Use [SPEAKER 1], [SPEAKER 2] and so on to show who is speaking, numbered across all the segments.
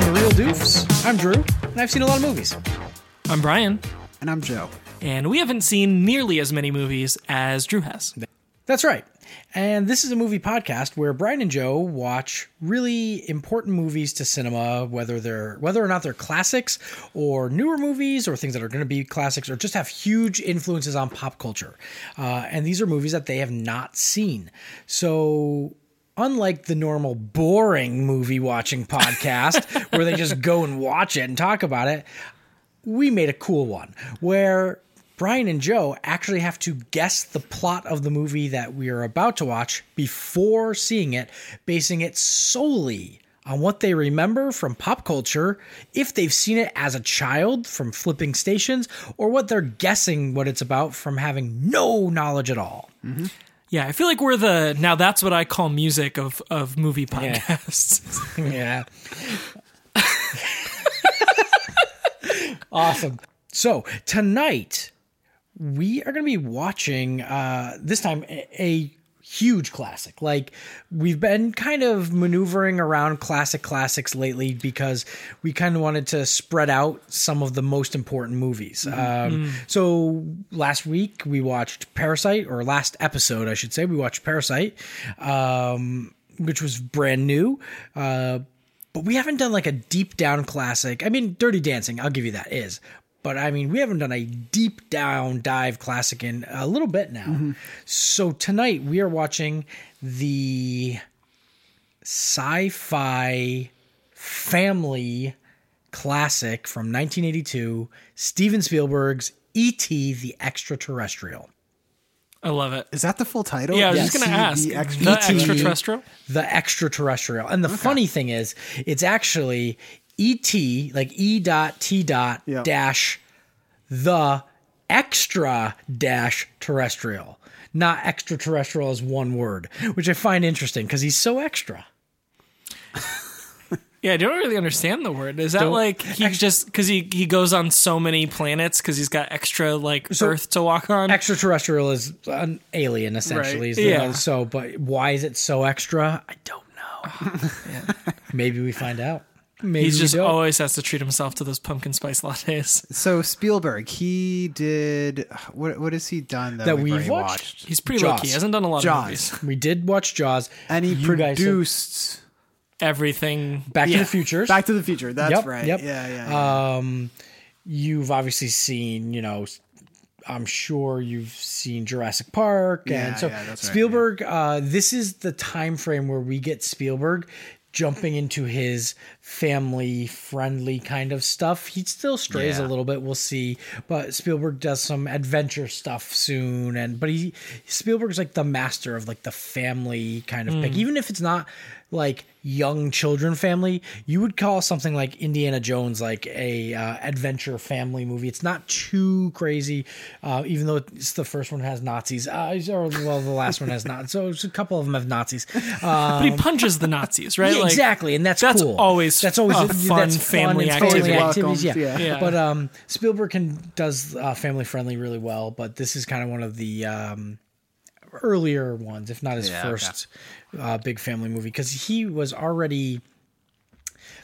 [SPEAKER 1] goofs.
[SPEAKER 2] I'm Drew, and I've seen a lot of movies.
[SPEAKER 3] I'm Brian,
[SPEAKER 1] And I'm Joe.
[SPEAKER 3] and we haven't seen nearly as many movies as Drew has.
[SPEAKER 2] That's right. And this is a movie podcast where Brian and Joe watch really important movies to cinema, whether they're whether or not they're classics or newer movies or things that are going to be classics or just have huge influences on pop culture. Uh, and these are movies that they have not seen. So unlike the normal boring movie watching podcast where they just go and watch it and talk about it, we made a cool one where Brian and Joe actually have to guess the plot of the movie that we are about to watch before seeing it, basing it solely on what they remember from pop culture, if they've seen it as a child from flipping stations, or what they're guessing what it's about from having no knowledge at all.
[SPEAKER 3] Yeah, I feel like we're the now that's what I call music of of movie podcasts.
[SPEAKER 2] yeah. awesome. So tonight we are going to be watching uh, this time a, a huge classic. Like we've been kind of maneuvering around classic classics lately because we kind of wanted to spread out some of the most important movies. Um, so last week we watched Parasite, or last episode I should say, we watched Parasite, um, which was brand new. Uh, but we haven't done like a deep down classic. I mean, Dirty Dancing, I'll give you that is. But I mean, we haven't done a deep down dive classic in a little bit now. So tonight we are watching the sci fi family classic from 1982, Steven Spielberg's E.T. the Extraterrestrial.
[SPEAKER 3] I love it.
[SPEAKER 1] Is that the full title?
[SPEAKER 3] Oh, Yeah, I was
[SPEAKER 1] You
[SPEAKER 3] just gonna
[SPEAKER 1] see
[SPEAKER 3] ask
[SPEAKER 4] E
[SPEAKER 1] The extra-
[SPEAKER 3] the E
[SPEAKER 2] ET.
[SPEAKER 3] extraterrestrial.
[SPEAKER 2] the extraterrestrial. And the funny thing is, it's actually ET, like E dot T dot
[SPEAKER 1] Yeah.
[SPEAKER 2] dash the extra dash terrestrial, not extraterrestrial as one word, which I find interesting because he's so extra.
[SPEAKER 3] Yeah, I don't really understand the word. Is that like he just because he he goes on so many planets because he's got extra like Earth to walk on?
[SPEAKER 2] Extraterrestrial is an alien, essentially.
[SPEAKER 3] Right.
[SPEAKER 2] Is the-
[SPEAKER 3] Yeah.
[SPEAKER 2] So, but why is it so extra? I don't know. Maybe we find out. Maybe
[SPEAKER 3] He's
[SPEAKER 2] we
[SPEAKER 3] just
[SPEAKER 2] don't.
[SPEAKER 3] always has to treat himself to those pumpkin spice lattes.
[SPEAKER 4] So Spielberg, he did what? What has he done though,
[SPEAKER 2] That
[SPEAKER 4] we've
[SPEAKER 2] we've
[SPEAKER 4] already
[SPEAKER 2] watched?
[SPEAKER 3] He's pretty
[SPEAKER 2] Jaws.
[SPEAKER 3] low key. Hasn't done a lot
[SPEAKER 4] Jaws.
[SPEAKER 3] of movies.
[SPEAKER 2] we did watch Jaws,
[SPEAKER 4] And he
[SPEAKER 2] You guys said-
[SPEAKER 4] produced
[SPEAKER 3] Everything.
[SPEAKER 2] Back to
[SPEAKER 4] Yeah.
[SPEAKER 2] the Futures.
[SPEAKER 4] Back to the Future. That's
[SPEAKER 2] Yep,
[SPEAKER 4] right.
[SPEAKER 2] yep. Uh,
[SPEAKER 4] Yeah, yeah. yeah.
[SPEAKER 2] you've obviously seen, you know, I'm sure you've seen Jurassic Park, and
[SPEAKER 4] Yeah,
[SPEAKER 2] so
[SPEAKER 4] yeah, that's right,
[SPEAKER 2] Spielberg. Uh, this is the time frame where we get Spielberg jumping into his family friendly kind of stuff. He still strays a
[SPEAKER 4] Yeah.
[SPEAKER 2] little bit. We'll see, but Spielberg does some adventure stuff soon, and but he Spielberg's like the master of like the family kind of pick. Even if it's not like young children family, you would call something like Indiana Jones like a uh, adventure family movie. It's not too crazy, uh, even though it's the first one has Nazis. Uh, or well, the last one has not. So it's a couple of them have Nazis. Uh,
[SPEAKER 3] But he punches the Nazis, right?
[SPEAKER 2] yeah,
[SPEAKER 3] Like,
[SPEAKER 2] exactly, and that's
[SPEAKER 3] that's
[SPEAKER 2] cool.
[SPEAKER 3] always
[SPEAKER 2] that's always
[SPEAKER 3] a
[SPEAKER 2] that's
[SPEAKER 3] fun
[SPEAKER 2] and
[SPEAKER 3] family
[SPEAKER 4] activity.
[SPEAKER 2] activities. Yeah.
[SPEAKER 4] Welcomed, yeah.
[SPEAKER 3] Yeah.
[SPEAKER 2] but um, Spielberg can does uh, family friendly really well. But this is kind of one of the um, earlier ones, if not his
[SPEAKER 4] Yeah, okay.
[SPEAKER 2] first uh, big family movie, because he was already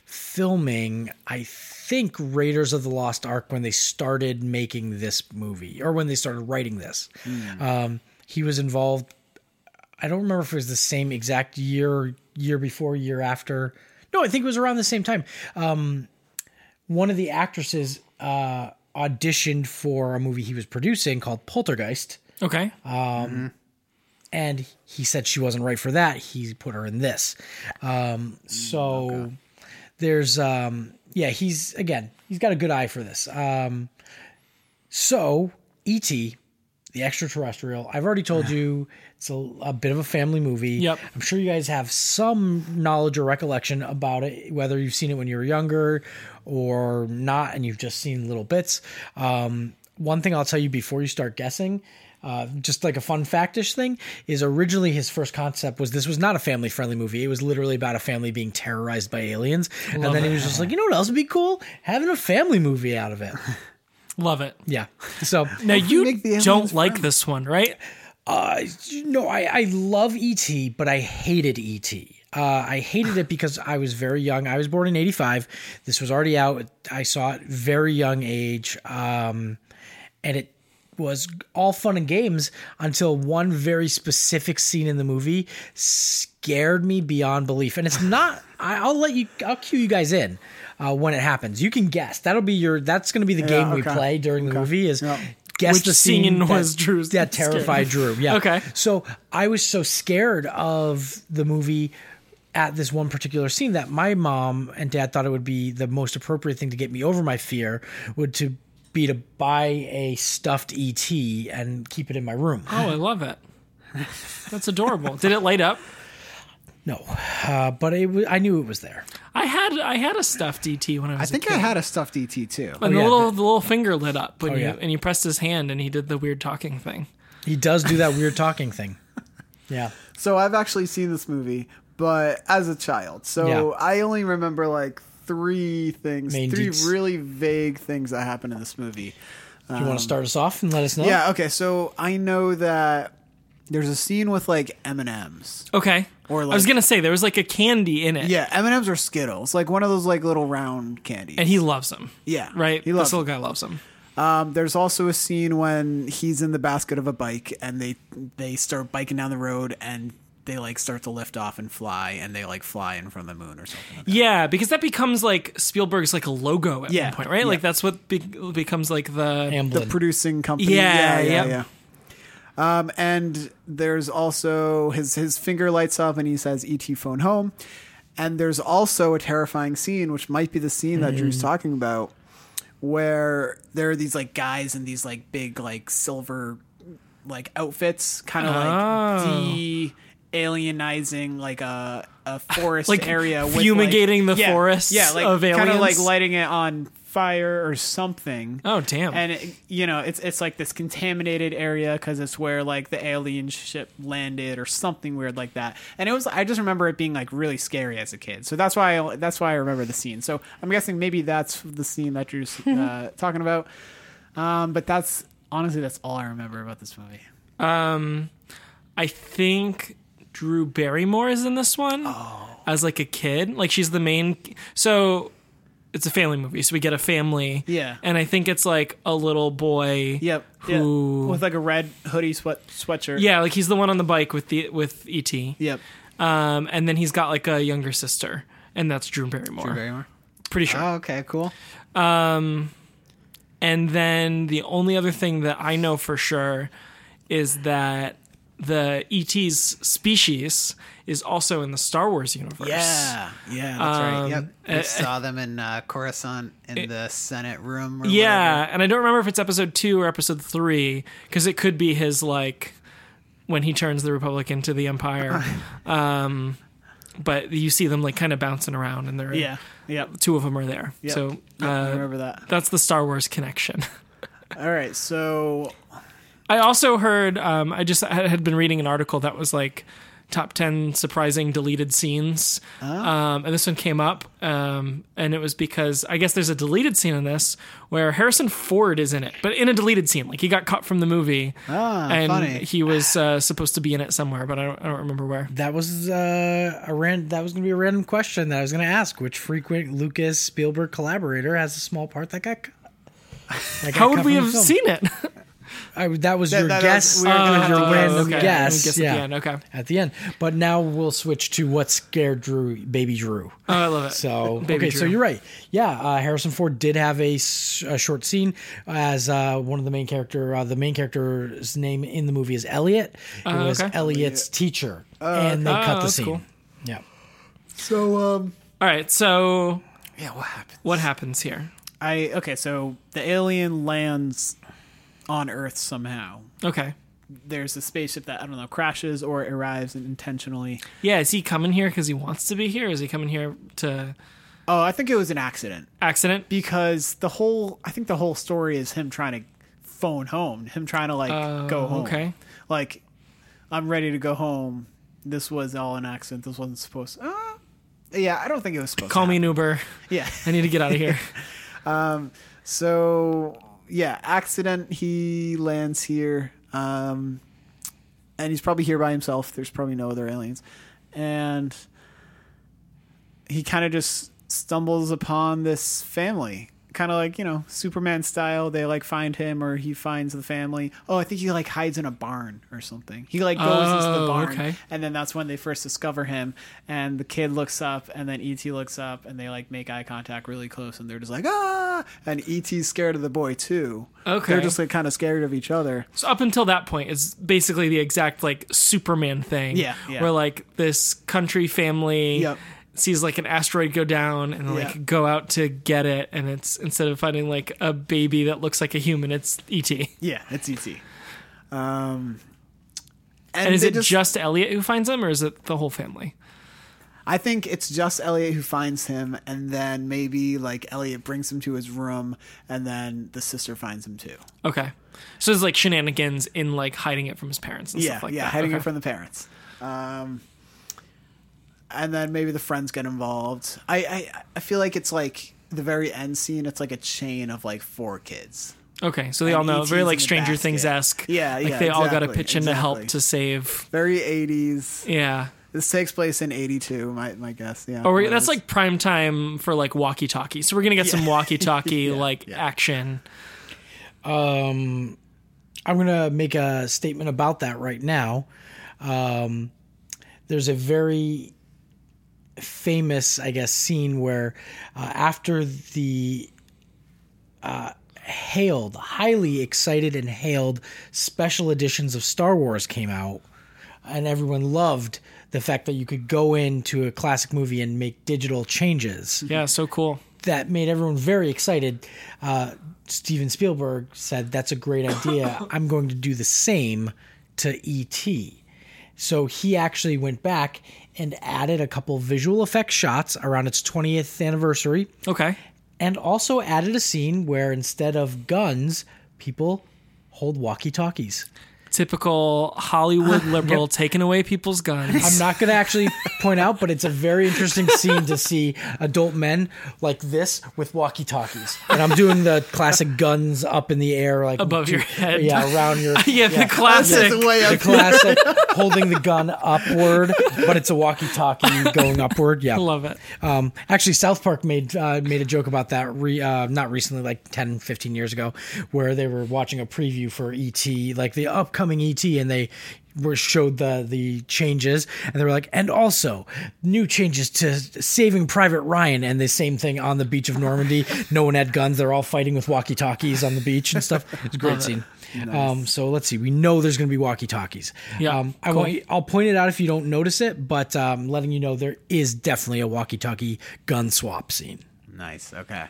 [SPEAKER 2] filming, I think, Raiders of the Lost Ark when they started making this movie or when they started writing this.
[SPEAKER 4] Hmm.
[SPEAKER 2] Um, he was involved. I don't remember if it was the same exact year, year before, year after. No, I think it was around the same time. Um, one of the actresses uh, auditioned for a movie he was producing called Poltergeist
[SPEAKER 3] Okay.
[SPEAKER 2] and he said she wasn't right for that. He put her in this. Um, so there's, um, yeah, he's again, he's got a good eye for this. Um, so ET, the extraterrestrial, I've already told you it's a, a bit of a family movie.
[SPEAKER 3] Yep.
[SPEAKER 2] I'm sure you guys have some knowledge or recollection about it, whether you've seen it when you were younger or not, and you've just seen little bits. Um, one thing I'll tell you before you start guessing, uh, just like a fun factish thing, is originally his first concept was this was not a family friendly movie. It was literally about a family being terrorized by aliens. and then he was just like, you know what else would be cool? Having a family movie out of it.
[SPEAKER 3] Love it.
[SPEAKER 2] Yeah. So
[SPEAKER 3] Now you
[SPEAKER 4] make the aliens
[SPEAKER 3] don't like this one, right?
[SPEAKER 2] E Uh, no, I, I love E.T., but I hated E.T. Uh, I hated it because I was very young. I was born in 85. This was already out. I saw it very young age. Um, and it was all fun and games until one very specific scene in the movie scared me beyond belief. And it's not. I, I'll let you. I'll cue you guys in uh, when it happens. You can guess. That'll be your. That's going to be the game we
[SPEAKER 5] okay.
[SPEAKER 2] play during the movie. Is
[SPEAKER 5] Yep.
[SPEAKER 2] guess
[SPEAKER 3] Which
[SPEAKER 2] the scene
[SPEAKER 3] scene
[SPEAKER 2] that-
[SPEAKER 3] was Drew's
[SPEAKER 2] that terrified Drew. Yeah.
[SPEAKER 3] Okay.
[SPEAKER 2] So I was so scared of the movie at this one particular scene that my mom and dad thought it would be the most appropriate thing to get me over my fear would to be to buy a stuffed ET and keep it in my room.
[SPEAKER 3] Oh, I love it. That's adorable. Did it light up?
[SPEAKER 2] No, uh, but it wa- I knew it was there.
[SPEAKER 3] I had I had a stuffed ET when I was.
[SPEAKER 5] I think I had a stuffed
[SPEAKER 4] E
[SPEAKER 5] ET too.
[SPEAKER 3] And
[SPEAKER 2] yeah,
[SPEAKER 3] the little the, little finger lit up when you
[SPEAKER 2] yeah.
[SPEAKER 3] and you pressed his hand and he did the weird talking thing.
[SPEAKER 2] He does do that weird talking thing. Yeah.
[SPEAKER 4] So I've actually seen this movie, but as a child. So
[SPEAKER 2] Yeah.
[SPEAKER 4] I only remember like three things,
[SPEAKER 2] Main
[SPEAKER 4] three
[SPEAKER 2] deets.
[SPEAKER 4] really vague things that happened in this movie.
[SPEAKER 2] Do you want to start us off and let us know?
[SPEAKER 4] Yeah, okay. So I know that there's a scene with like M&Ms.
[SPEAKER 3] Okay.
[SPEAKER 4] Or
[SPEAKER 3] I was
[SPEAKER 4] like-
[SPEAKER 3] gonna say there was like a candy in it.
[SPEAKER 4] Yeah, M&Ms or Skittles, like one of those like little round candies.
[SPEAKER 3] And he loves them.
[SPEAKER 4] yeah,
[SPEAKER 3] Right.
[SPEAKER 4] He loves
[SPEAKER 3] this little guy loves them.
[SPEAKER 4] Um, there's also a scene when he's in the basket of a bike and they they start biking down the road and they like start to lift off and fly and they like fly in front of the moon or something. like that.
[SPEAKER 3] Yeah, because that becomes like Spielberg's like a logo at
[SPEAKER 4] Yeah.
[SPEAKER 3] one point, right? Like that's what be- becomes like the
[SPEAKER 4] The
[SPEAKER 2] Amblin.
[SPEAKER 4] producing company.
[SPEAKER 3] Yeah, yep.
[SPEAKER 4] yeah. Um, and there's also his his finger lights up and he says ET phone home. And there's also a terrifying scene, which might be the scene that Drew's
[SPEAKER 3] Mm.
[SPEAKER 4] talking about, where there are these like guys in these like big like silver like outfits, kind of
[SPEAKER 3] Oh.
[SPEAKER 4] like de alienizing like a a forest
[SPEAKER 3] Like
[SPEAKER 4] area, with,
[SPEAKER 3] fumigating the
[SPEAKER 4] yeah,
[SPEAKER 3] forests
[SPEAKER 4] yeah, like
[SPEAKER 3] of
[SPEAKER 4] kind of like
[SPEAKER 3] aliens?
[SPEAKER 4] lighting it on fire or something.
[SPEAKER 3] Oh, damn.
[SPEAKER 4] And it, you know, it's it's like this contaminated area because it's where like the alien ship landed or something weird like that. And it was I just remember it being like really scary as a kid. So that's why I, that's why I remember the scene. So I'm guessing maybe that's the scene that Drew's uh, talking about. Um, but that's honestly that's all I remember about this movie.
[SPEAKER 3] I think Drew Barrymore is in this one
[SPEAKER 4] Oh.
[SPEAKER 3] as like a kid. Like she's the main. So it's a family movie, so we get a family.
[SPEAKER 4] Yeah.
[SPEAKER 3] and I think it's like a little boy.
[SPEAKER 4] Yep.
[SPEAKER 3] Who-
[SPEAKER 4] With like a red hoodie sweat sweatshirt.
[SPEAKER 3] Yeah, like he's the one on the bike with the with ET.
[SPEAKER 4] Yep.
[SPEAKER 3] Um, and then he's got like a younger sister, and that's Drew Barrymore. Pretty
[SPEAKER 4] Ah.
[SPEAKER 3] sure.
[SPEAKER 5] Oh, okay, cool.
[SPEAKER 3] And then the only other thing that I know for sure is that the ET's species is also in the Star Wars universe.
[SPEAKER 5] Yeah,
[SPEAKER 4] Yeah.
[SPEAKER 5] that's right. Yep, we
[SPEAKER 3] uh,
[SPEAKER 5] saw them in uh, Coruscant in the Senate room. Or
[SPEAKER 3] eh, Yeah, and I don't remember if it's episode two or episode three because it could be his like when he turns the Republic into the Empire. um, but you see them like kind of bouncing around, and they're
[SPEAKER 4] Yeah. Yep.
[SPEAKER 3] two of them are there.
[SPEAKER 4] Yep.
[SPEAKER 3] So
[SPEAKER 4] I
[SPEAKER 3] uh,
[SPEAKER 4] remember that.
[SPEAKER 3] that's the Star Wars connection.
[SPEAKER 4] All right. So
[SPEAKER 3] I also heard um, I just I had been reading an article that was like top 10 surprising deleted scenes
[SPEAKER 2] Oh.
[SPEAKER 3] um, and this one came up um, and it was because i guess there's a deleted scene in this where harrison ford is in it but in a deleted scene like he got cut from the movie
[SPEAKER 2] Ah,
[SPEAKER 3] and
[SPEAKER 5] funny.
[SPEAKER 3] he was uh, supposed to be in it somewhere but i don't, I don't remember where
[SPEAKER 2] That was uh, a ran- That was going to be a random question that I was going to ask. Which frequent Lucas Spielberg collaborator has a small part that got? cut? That got
[SPEAKER 3] how
[SPEAKER 2] cut
[SPEAKER 3] would we
[SPEAKER 2] from the
[SPEAKER 3] have
[SPEAKER 2] film?
[SPEAKER 3] seen Uh, it
[SPEAKER 2] I, that was your
[SPEAKER 4] that was- Oh,
[SPEAKER 2] guess.
[SPEAKER 4] we were gonna
[SPEAKER 2] that was
[SPEAKER 4] have
[SPEAKER 2] your
[SPEAKER 4] to guess.
[SPEAKER 2] random
[SPEAKER 3] Okay,
[SPEAKER 2] guess.
[SPEAKER 3] guess at the
[SPEAKER 2] yeah.
[SPEAKER 3] end, okay.
[SPEAKER 2] At the end. But now we'll switch to what scared Drew, baby Drew.
[SPEAKER 3] oh i love it
[SPEAKER 2] So
[SPEAKER 3] Baby
[SPEAKER 2] okay, so
[SPEAKER 3] Drew.
[SPEAKER 2] you're right. Yeah, uh, Harrison Ford did have a, s- a short scene as uh, one of the main character. Uh, the main character's name in the movie is Elliot. It was
[SPEAKER 3] Uh, okay.
[SPEAKER 2] Elliot's teacher,
[SPEAKER 4] Uh,
[SPEAKER 2] and they
[SPEAKER 3] okay. Oh,
[SPEAKER 2] cut the
[SPEAKER 3] that's
[SPEAKER 2] scene.
[SPEAKER 3] cool.
[SPEAKER 2] Yeah.
[SPEAKER 4] so um.
[SPEAKER 3] all right so
[SPEAKER 5] yeah, what happened?
[SPEAKER 3] what happens here
[SPEAKER 4] I okay, so the alien lands on Earth somehow.
[SPEAKER 3] okay
[SPEAKER 4] There's a spaceship that I don't know crashes or arrives intentionally.
[SPEAKER 3] yeah is he coming here because he wants to be here? Is he coming here to
[SPEAKER 4] Oh, I think it was an accident
[SPEAKER 3] accident
[SPEAKER 4] because the whole I think the whole story is him trying to phone home, him trying to like go home.
[SPEAKER 3] okay.
[SPEAKER 4] like I'm ready to go home. This was all an accident. This wasn't supposed. Uh, yeah, I don't think it was supposed.
[SPEAKER 3] call
[SPEAKER 4] to
[SPEAKER 3] me an uber
[SPEAKER 4] me. Yeah.
[SPEAKER 3] I need to get out of here.
[SPEAKER 4] So yeah, accident. He lands here, um, and he's probably here by himself. There's probably no other aliens, and he kind of just stumbles upon this family kind of like you know superman style they like find him or he finds the family oh i think he like hides in a barn or something he like goes into the
[SPEAKER 3] Oh,
[SPEAKER 4] barn
[SPEAKER 3] okay.
[SPEAKER 4] and then that's when they first discover him and the kid looks up and then et looks up and they like make eye contact really close and they're just like ah and et's scared of the boy too
[SPEAKER 3] Okay.
[SPEAKER 4] they're just like kind of scared of each other
[SPEAKER 3] So up until that point, it's basically the exact like Superman thing.
[SPEAKER 4] Yeah, yeah.
[SPEAKER 3] Where like this country family
[SPEAKER 4] Yep.
[SPEAKER 3] sees like an asteroid go down and like
[SPEAKER 4] Yeah.
[SPEAKER 3] go out to get it, and it's instead of finding like a baby that looks like a human, it's E ET. And,
[SPEAKER 4] yeah it's et um and,
[SPEAKER 3] is
[SPEAKER 4] they
[SPEAKER 3] it just, Elliot who finds him, or is it the whole family?
[SPEAKER 4] I think it's just Elliot who finds him, and then maybe like Elliot brings him to his room, and then the sister finds him too.
[SPEAKER 3] Okay. So there's like shenanigans in like hiding it from his parents and
[SPEAKER 4] yeah,
[SPEAKER 3] stuff like
[SPEAKER 4] yeah,
[SPEAKER 3] that.
[SPEAKER 4] hiding it
[SPEAKER 3] Okay.
[SPEAKER 4] from the parents. Um, and then maybe the friends get involved. I, I I feel like it's like the very end scene. It's like a chain of like four kids.
[SPEAKER 3] Okay, so they
[SPEAKER 4] and
[SPEAKER 3] all know
[SPEAKER 4] ET's
[SPEAKER 3] very
[SPEAKER 4] in
[SPEAKER 3] like
[SPEAKER 4] the
[SPEAKER 3] Stranger
[SPEAKER 4] basket.
[SPEAKER 3] Things esque.
[SPEAKER 4] Yeah,
[SPEAKER 3] like
[SPEAKER 4] yeah,
[SPEAKER 3] they all got to
[SPEAKER 4] exactly,
[SPEAKER 3] pitch in to help
[SPEAKER 4] exactly.
[SPEAKER 3] to save.
[SPEAKER 4] Very eighties.
[SPEAKER 3] Yeah,
[SPEAKER 4] This takes place in eighty two. My my guess. Yeah.
[SPEAKER 3] Or we,
[SPEAKER 4] It
[SPEAKER 3] Oh, that's
[SPEAKER 4] was-
[SPEAKER 3] like prime time for like walkie talkie. So we're gonna get some walkie talkie like action.
[SPEAKER 2] I'm going to make a statement about that right now. Um, there's a very famous, I guess, scene where uh, after the uh, hailed, highly excited and hailed special editions of Star Wars came out, and everyone loved the fact that you could go into a classic movie and make digital changes
[SPEAKER 3] Yeah, so cool.
[SPEAKER 2] that made everyone very excited. Uh, Steven Spielberg said, That's a great idea. I'm going to do the same to E.T. So he actually went back and added a couple visual effects shots around its 20th anniversary
[SPEAKER 3] Okay.
[SPEAKER 2] and also added a scene where instead of guns, people hold walkie talkies.
[SPEAKER 3] Typical Hollywood liberal taking away people's guns.
[SPEAKER 2] I'm not going to actually point out, but it's a very interesting scene to see adult men like this with walkie talkies. And I'm doing the classic guns up in the air, like
[SPEAKER 3] Above your head.
[SPEAKER 2] Yeah, around your.
[SPEAKER 3] yeah, the
[SPEAKER 4] That's
[SPEAKER 3] classic.
[SPEAKER 4] way
[SPEAKER 2] The
[SPEAKER 4] up.
[SPEAKER 2] classic holding the gun upward, but it's a walkie-talkie going upward. Yeah,
[SPEAKER 3] Love it.
[SPEAKER 2] um, actually, South Park made uh, made a joke about that re, uh, not recently, like 10, 15 years ago, where they were watching a preview for ET, like the upcoming ET, and they were showed the the changes, and they were like, and also new changes to Saving Private Ryan, and the same thing on the beach of Normandy. no one had guns; they're all fighting with walkie talkies on the beach and stuff. It's a great scene. Um, so let's see. We know there's going to be walkie talkies.
[SPEAKER 3] Yeah,
[SPEAKER 2] Um, I want you, I'll point it out if you don't notice it, but um, letting you know there is definitely a walkie-talkie gun swap scene.
[SPEAKER 4] Nice. Okay.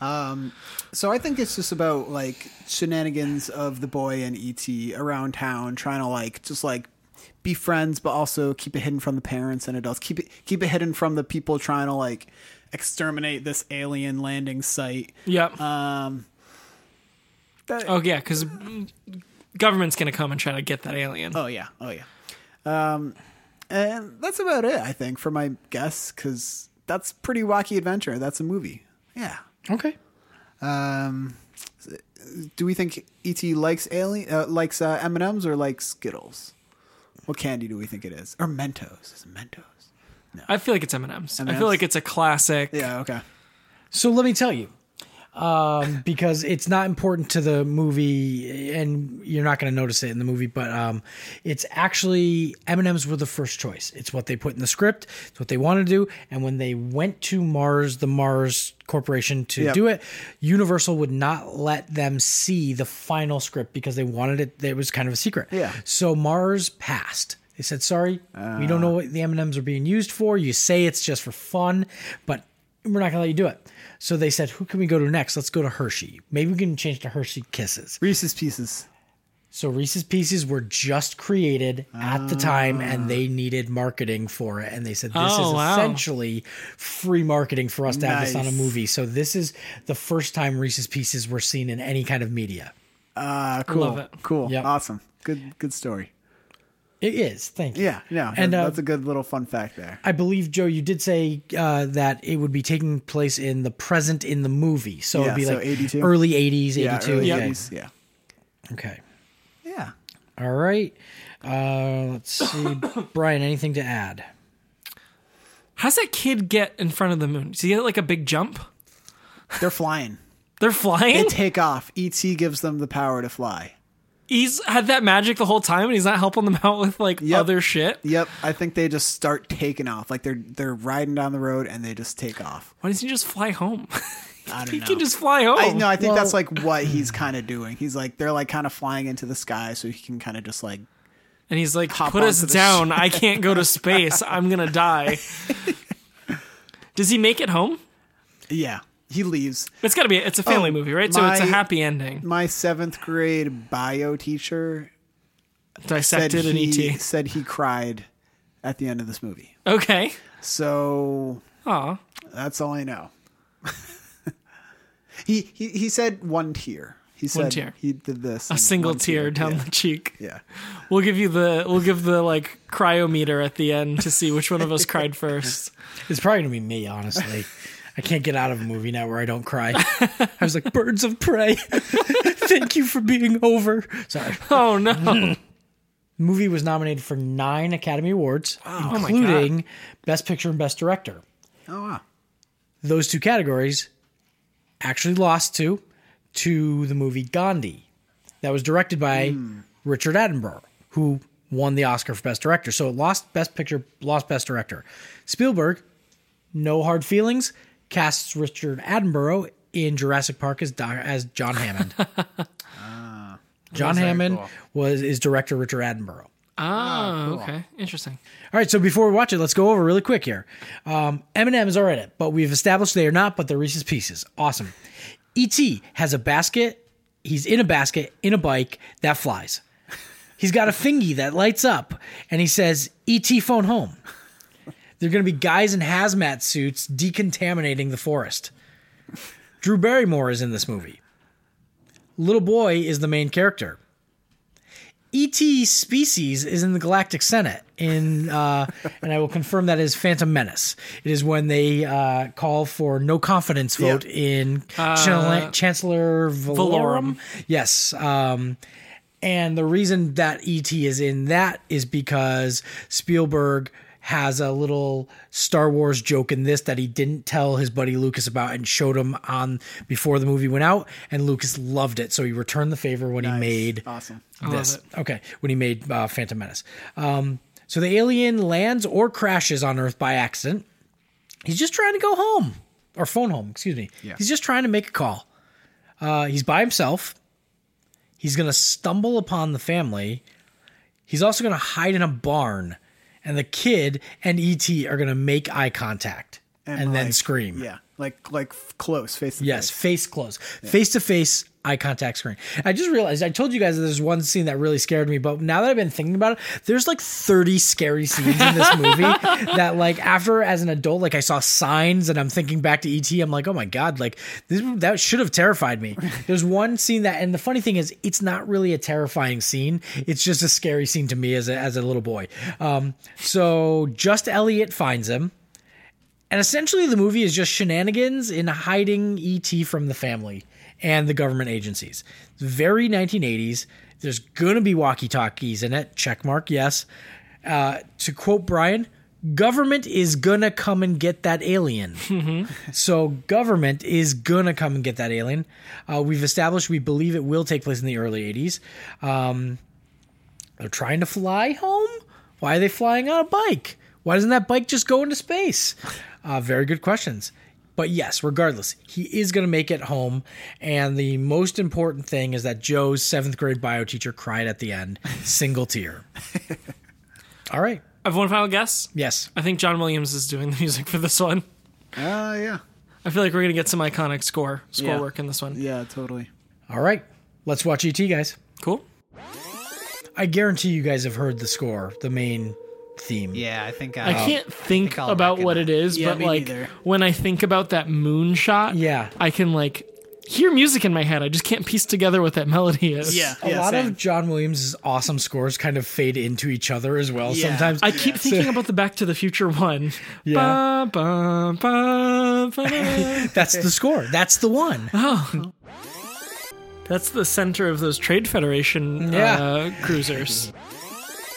[SPEAKER 4] Um, so I think it's just about like shenanigans of the boy and ET around town, trying to like just like be friends, but also keep it hidden from the parents and adults. Keep it keep it hidden from the people trying to like exterminate this alien landing site.
[SPEAKER 3] Yep.
[SPEAKER 4] Um, that-
[SPEAKER 3] oh yeah, because government's gonna come and try to get that alien.
[SPEAKER 4] Oh yeah, oh yeah. Um, and that's about it, I think, for my guess, because that's pretty wacky adventure. That's a movie. Yeah.
[SPEAKER 2] Okay.
[SPEAKER 4] Um, do we think ET likes alien uh, likes uh, M and M's or likes Skittles? What candy do we think it is? Or Mentos? Is it Mentos?
[SPEAKER 3] I feel like it's M and M's. I
[SPEAKER 4] M&Ms?
[SPEAKER 3] feel like it's a classic.
[SPEAKER 4] Yeah. Okay.
[SPEAKER 2] So let me tell you, um, because it's not important to the movie, and you're not going to notice it in the movie, but um, it's actually M&Ms were the first choice. It's what they put in the script. It's what they wanted to do. And when they went to Mars, the Mars Corporation to
[SPEAKER 4] Yep.
[SPEAKER 2] do it, Universal would not let them see the final script because they wanted it. It was kind of a secret.
[SPEAKER 4] Yeah.
[SPEAKER 2] So Mars passed. They said, "Sorry, we don't know
[SPEAKER 4] Uh.
[SPEAKER 2] what the M and M's are being used for. You say it's just for fun, but we're not going to let you do it." So they said, "Who can we go to next? Let's go to Hershey. Maybe we can change to Hershey Kisses."
[SPEAKER 4] Reese's Pieces.
[SPEAKER 2] So Reese's Pieces were just created at
[SPEAKER 4] Ah.
[SPEAKER 2] the time, and they needed marketing for it. And they said, "This
[SPEAKER 3] Oh,
[SPEAKER 2] is
[SPEAKER 3] wow.
[SPEAKER 2] essentially free marketing for us to have this on a
[SPEAKER 4] Nice.
[SPEAKER 2] movie." So this is the first time Reese's Pieces were seen in any kind of media.
[SPEAKER 4] Uh, cool.
[SPEAKER 3] love it.
[SPEAKER 4] Cool.
[SPEAKER 2] Yep.
[SPEAKER 4] Awesome. Good. Good story.
[SPEAKER 2] It is. Thank you.
[SPEAKER 4] Yeah. No.
[SPEAKER 2] And,
[SPEAKER 4] And
[SPEAKER 2] uh,
[SPEAKER 4] that's a good little fun fact there.
[SPEAKER 2] I believe, Joe, you did say uh, that it would be taking place in the present in the movie. So it'd
[SPEAKER 4] Yeah,
[SPEAKER 2] be
[SPEAKER 4] so
[SPEAKER 2] like
[SPEAKER 4] 82.
[SPEAKER 2] early 80s, 82.
[SPEAKER 4] Yeah. early
[SPEAKER 2] okay.
[SPEAKER 4] 80s, Yeah.
[SPEAKER 2] Okay.
[SPEAKER 4] Yeah.
[SPEAKER 2] All right. Uh, let's see. Brian, anything to add?
[SPEAKER 3] How's that kid get in front of the moon? Does he get like a big jump?
[SPEAKER 1] They're flying.
[SPEAKER 3] They're
[SPEAKER 1] They
[SPEAKER 3] flying.
[SPEAKER 1] take off.
[SPEAKER 4] E
[SPEAKER 1] ET gives them the power to fly.
[SPEAKER 3] he's had that magic the whole time, and he's not helping them out with like
[SPEAKER 1] Yep.
[SPEAKER 3] other shit.
[SPEAKER 1] Yep, I think they just start taking off. Like they're they're riding down the road and they just take off.
[SPEAKER 3] Why doesn't he just fly home?
[SPEAKER 1] I don't
[SPEAKER 3] he
[SPEAKER 1] know.
[SPEAKER 3] can just fly home.
[SPEAKER 1] I, no, I think
[SPEAKER 2] well-
[SPEAKER 1] that's like what he's kind of doing. He's like they're like kind of flying into the sky, so he can kind of just like
[SPEAKER 3] and he's like,
[SPEAKER 1] Hop
[SPEAKER 3] "Put us
[SPEAKER 1] onto the
[SPEAKER 3] down. I can't go to space. I'm gonna die." Does he make it home?
[SPEAKER 1] yeah. He leaves.
[SPEAKER 3] It's gotta be. It's a family movie, right? so it's a
[SPEAKER 1] Oh, my-
[SPEAKER 3] happy ending.
[SPEAKER 1] My seventh grade bio teacher said
[SPEAKER 3] Dissected an E
[SPEAKER 1] he
[SPEAKER 3] ET.
[SPEAKER 1] said he cried at the end of this movie.
[SPEAKER 3] Okay.
[SPEAKER 1] So
[SPEAKER 3] Aw.
[SPEAKER 1] That's all I know. he, he he said one tear. He said
[SPEAKER 3] tear.
[SPEAKER 1] he did this.
[SPEAKER 3] A single tear down the cheek.
[SPEAKER 1] Yeah.
[SPEAKER 3] We'll give you the we'll give the like cryometer at the end to see which one of us cried first.
[SPEAKER 2] It's probably gonna be me, honestly. I can't get out of a movie now where I don't cry. I was like, "Birds of prey, thank you for being over." Sorry.
[SPEAKER 3] Oh no.
[SPEAKER 2] The movie was nominated for nine Academy Awards,
[SPEAKER 3] Oh my God.
[SPEAKER 2] including Best Picture and Best Director.
[SPEAKER 1] Oh wow.
[SPEAKER 2] Those two categories actually lost to to the movie Gandhi, that was directed by Richard Attenborough, who won the Oscar for Best Director. So it lost Best Picture, lost Best Director. Spielberg, no hard feelings, casts Richard Attenborough in Jurassic Park as Doc- as John Hammond. John Hammond was is director Richard Attenborough.
[SPEAKER 1] Ah,
[SPEAKER 3] Oh, okay. Interesting.
[SPEAKER 2] All right, so before we watch it, let's go over really quick here. Um, M&Ms are in it, but we've established they are not, but they're Reese's Pieces. Awesome. E.T. has a basket. He's in a basket, in a bike, that flies. He's got a thingy that lights up, and he says, E.T. phone home. They're going to be guys in hazmat suits decontaminating the forest. Drew Barrymore is in this movie. Little boy is the main character. ET species is in the Galactic Senate in, uh, and I will confirm that is Phantom Menace. It is when they uh, call for no confidence vote in Chan- Chancellor Valorum.
[SPEAKER 3] Valorum.
[SPEAKER 2] Yes, um, and the reason that ET is in that is because Spielberg has a little Star Wars joke in this that he didn't tell his buddy Lucas about and showed him on before the movie went out, and Lucas loved it, so he returned the favor when he made
[SPEAKER 1] Awesome.
[SPEAKER 2] this. Okay, when he made uh, Phantom Menace. Um, so the alien lands or crashes on Earth by accident. He's just trying to go home or phone home. Excuse me.
[SPEAKER 1] Yeah.
[SPEAKER 2] He's just trying to make a call. Uh, he's by himself. He's gonna stumble upon the family. He's also gonna hide in a barn, and the kid and ET are gonna make eye contact and, then
[SPEAKER 1] like,
[SPEAKER 2] scream.
[SPEAKER 1] Yeah. Like like f- close face to
[SPEAKER 2] Yes,
[SPEAKER 1] face.
[SPEAKER 2] face close, face to face, eye contact screen. I just realized I told you guys that there's one scene that really scared me, but now that I've been thinking about it, there's like 30 scary scenes in this movie that, like, after as an adult, like I saw signs and I'm thinking back to ET, I'm like, oh my god, like this that should have terrified me. There's one scene that, and the funny thing is, it's not really a terrifying scene. It's just a scary scene to me as a, as a little boy. Um, so just Elliot finds him. And essentially, the movie is just shenanigans in hiding ET from the family and the government agencies. It's very 1980s. There's going to be walkie talkies in it. Check mark, yes. Uh, to quote Brian, government is going to come and get that alien. so, government is going to come and get that alien. Uh, we've established we believe it will take place in the early 80s. Um, they're trying to fly home. Why are they flying on a bike? Why doesn't that bike just go into space? Uh, very good questions. But yes, regardless, he is going to make it home. And the most important thing is that Joe's seventh grade bio teacher cried at the end, single tear. All right.
[SPEAKER 3] I have one final guess.
[SPEAKER 2] Yes.
[SPEAKER 3] I think John Williams is doing the music for this one.
[SPEAKER 1] Oh yeah.
[SPEAKER 3] I feel like we're gonna get some iconic score score
[SPEAKER 1] Yeah.
[SPEAKER 3] work in this one.
[SPEAKER 1] Yeah, totally.
[SPEAKER 2] All right. Let's watch ET, guys.
[SPEAKER 3] Cool.
[SPEAKER 2] I guarantee you guys have heard the score, the main theme.
[SPEAKER 4] Yeah, I think
[SPEAKER 3] I can't think
[SPEAKER 4] I'll
[SPEAKER 3] about what
[SPEAKER 4] recognize-
[SPEAKER 3] it is,
[SPEAKER 1] Yeah,
[SPEAKER 3] but
[SPEAKER 1] me
[SPEAKER 3] like
[SPEAKER 1] neither.
[SPEAKER 3] when I think about that moonshot,
[SPEAKER 2] Yeah.
[SPEAKER 3] I can like hear music in my head. I just can't piece together what that melody is.
[SPEAKER 1] Yeah.
[SPEAKER 2] A
[SPEAKER 1] yeah,
[SPEAKER 2] lot
[SPEAKER 1] same.
[SPEAKER 2] of John Williams' awesome scores kind of fade into each other as well
[SPEAKER 1] Yeah.
[SPEAKER 2] sometimes.
[SPEAKER 3] I keep thinking about the Back to the Future one.
[SPEAKER 2] Yeah.
[SPEAKER 3] Ba, ba, ba, ba.
[SPEAKER 2] That's the score. That's the one.
[SPEAKER 3] That's the center of those Trade Federation
[SPEAKER 2] Yeah.
[SPEAKER 3] uh, cruisers.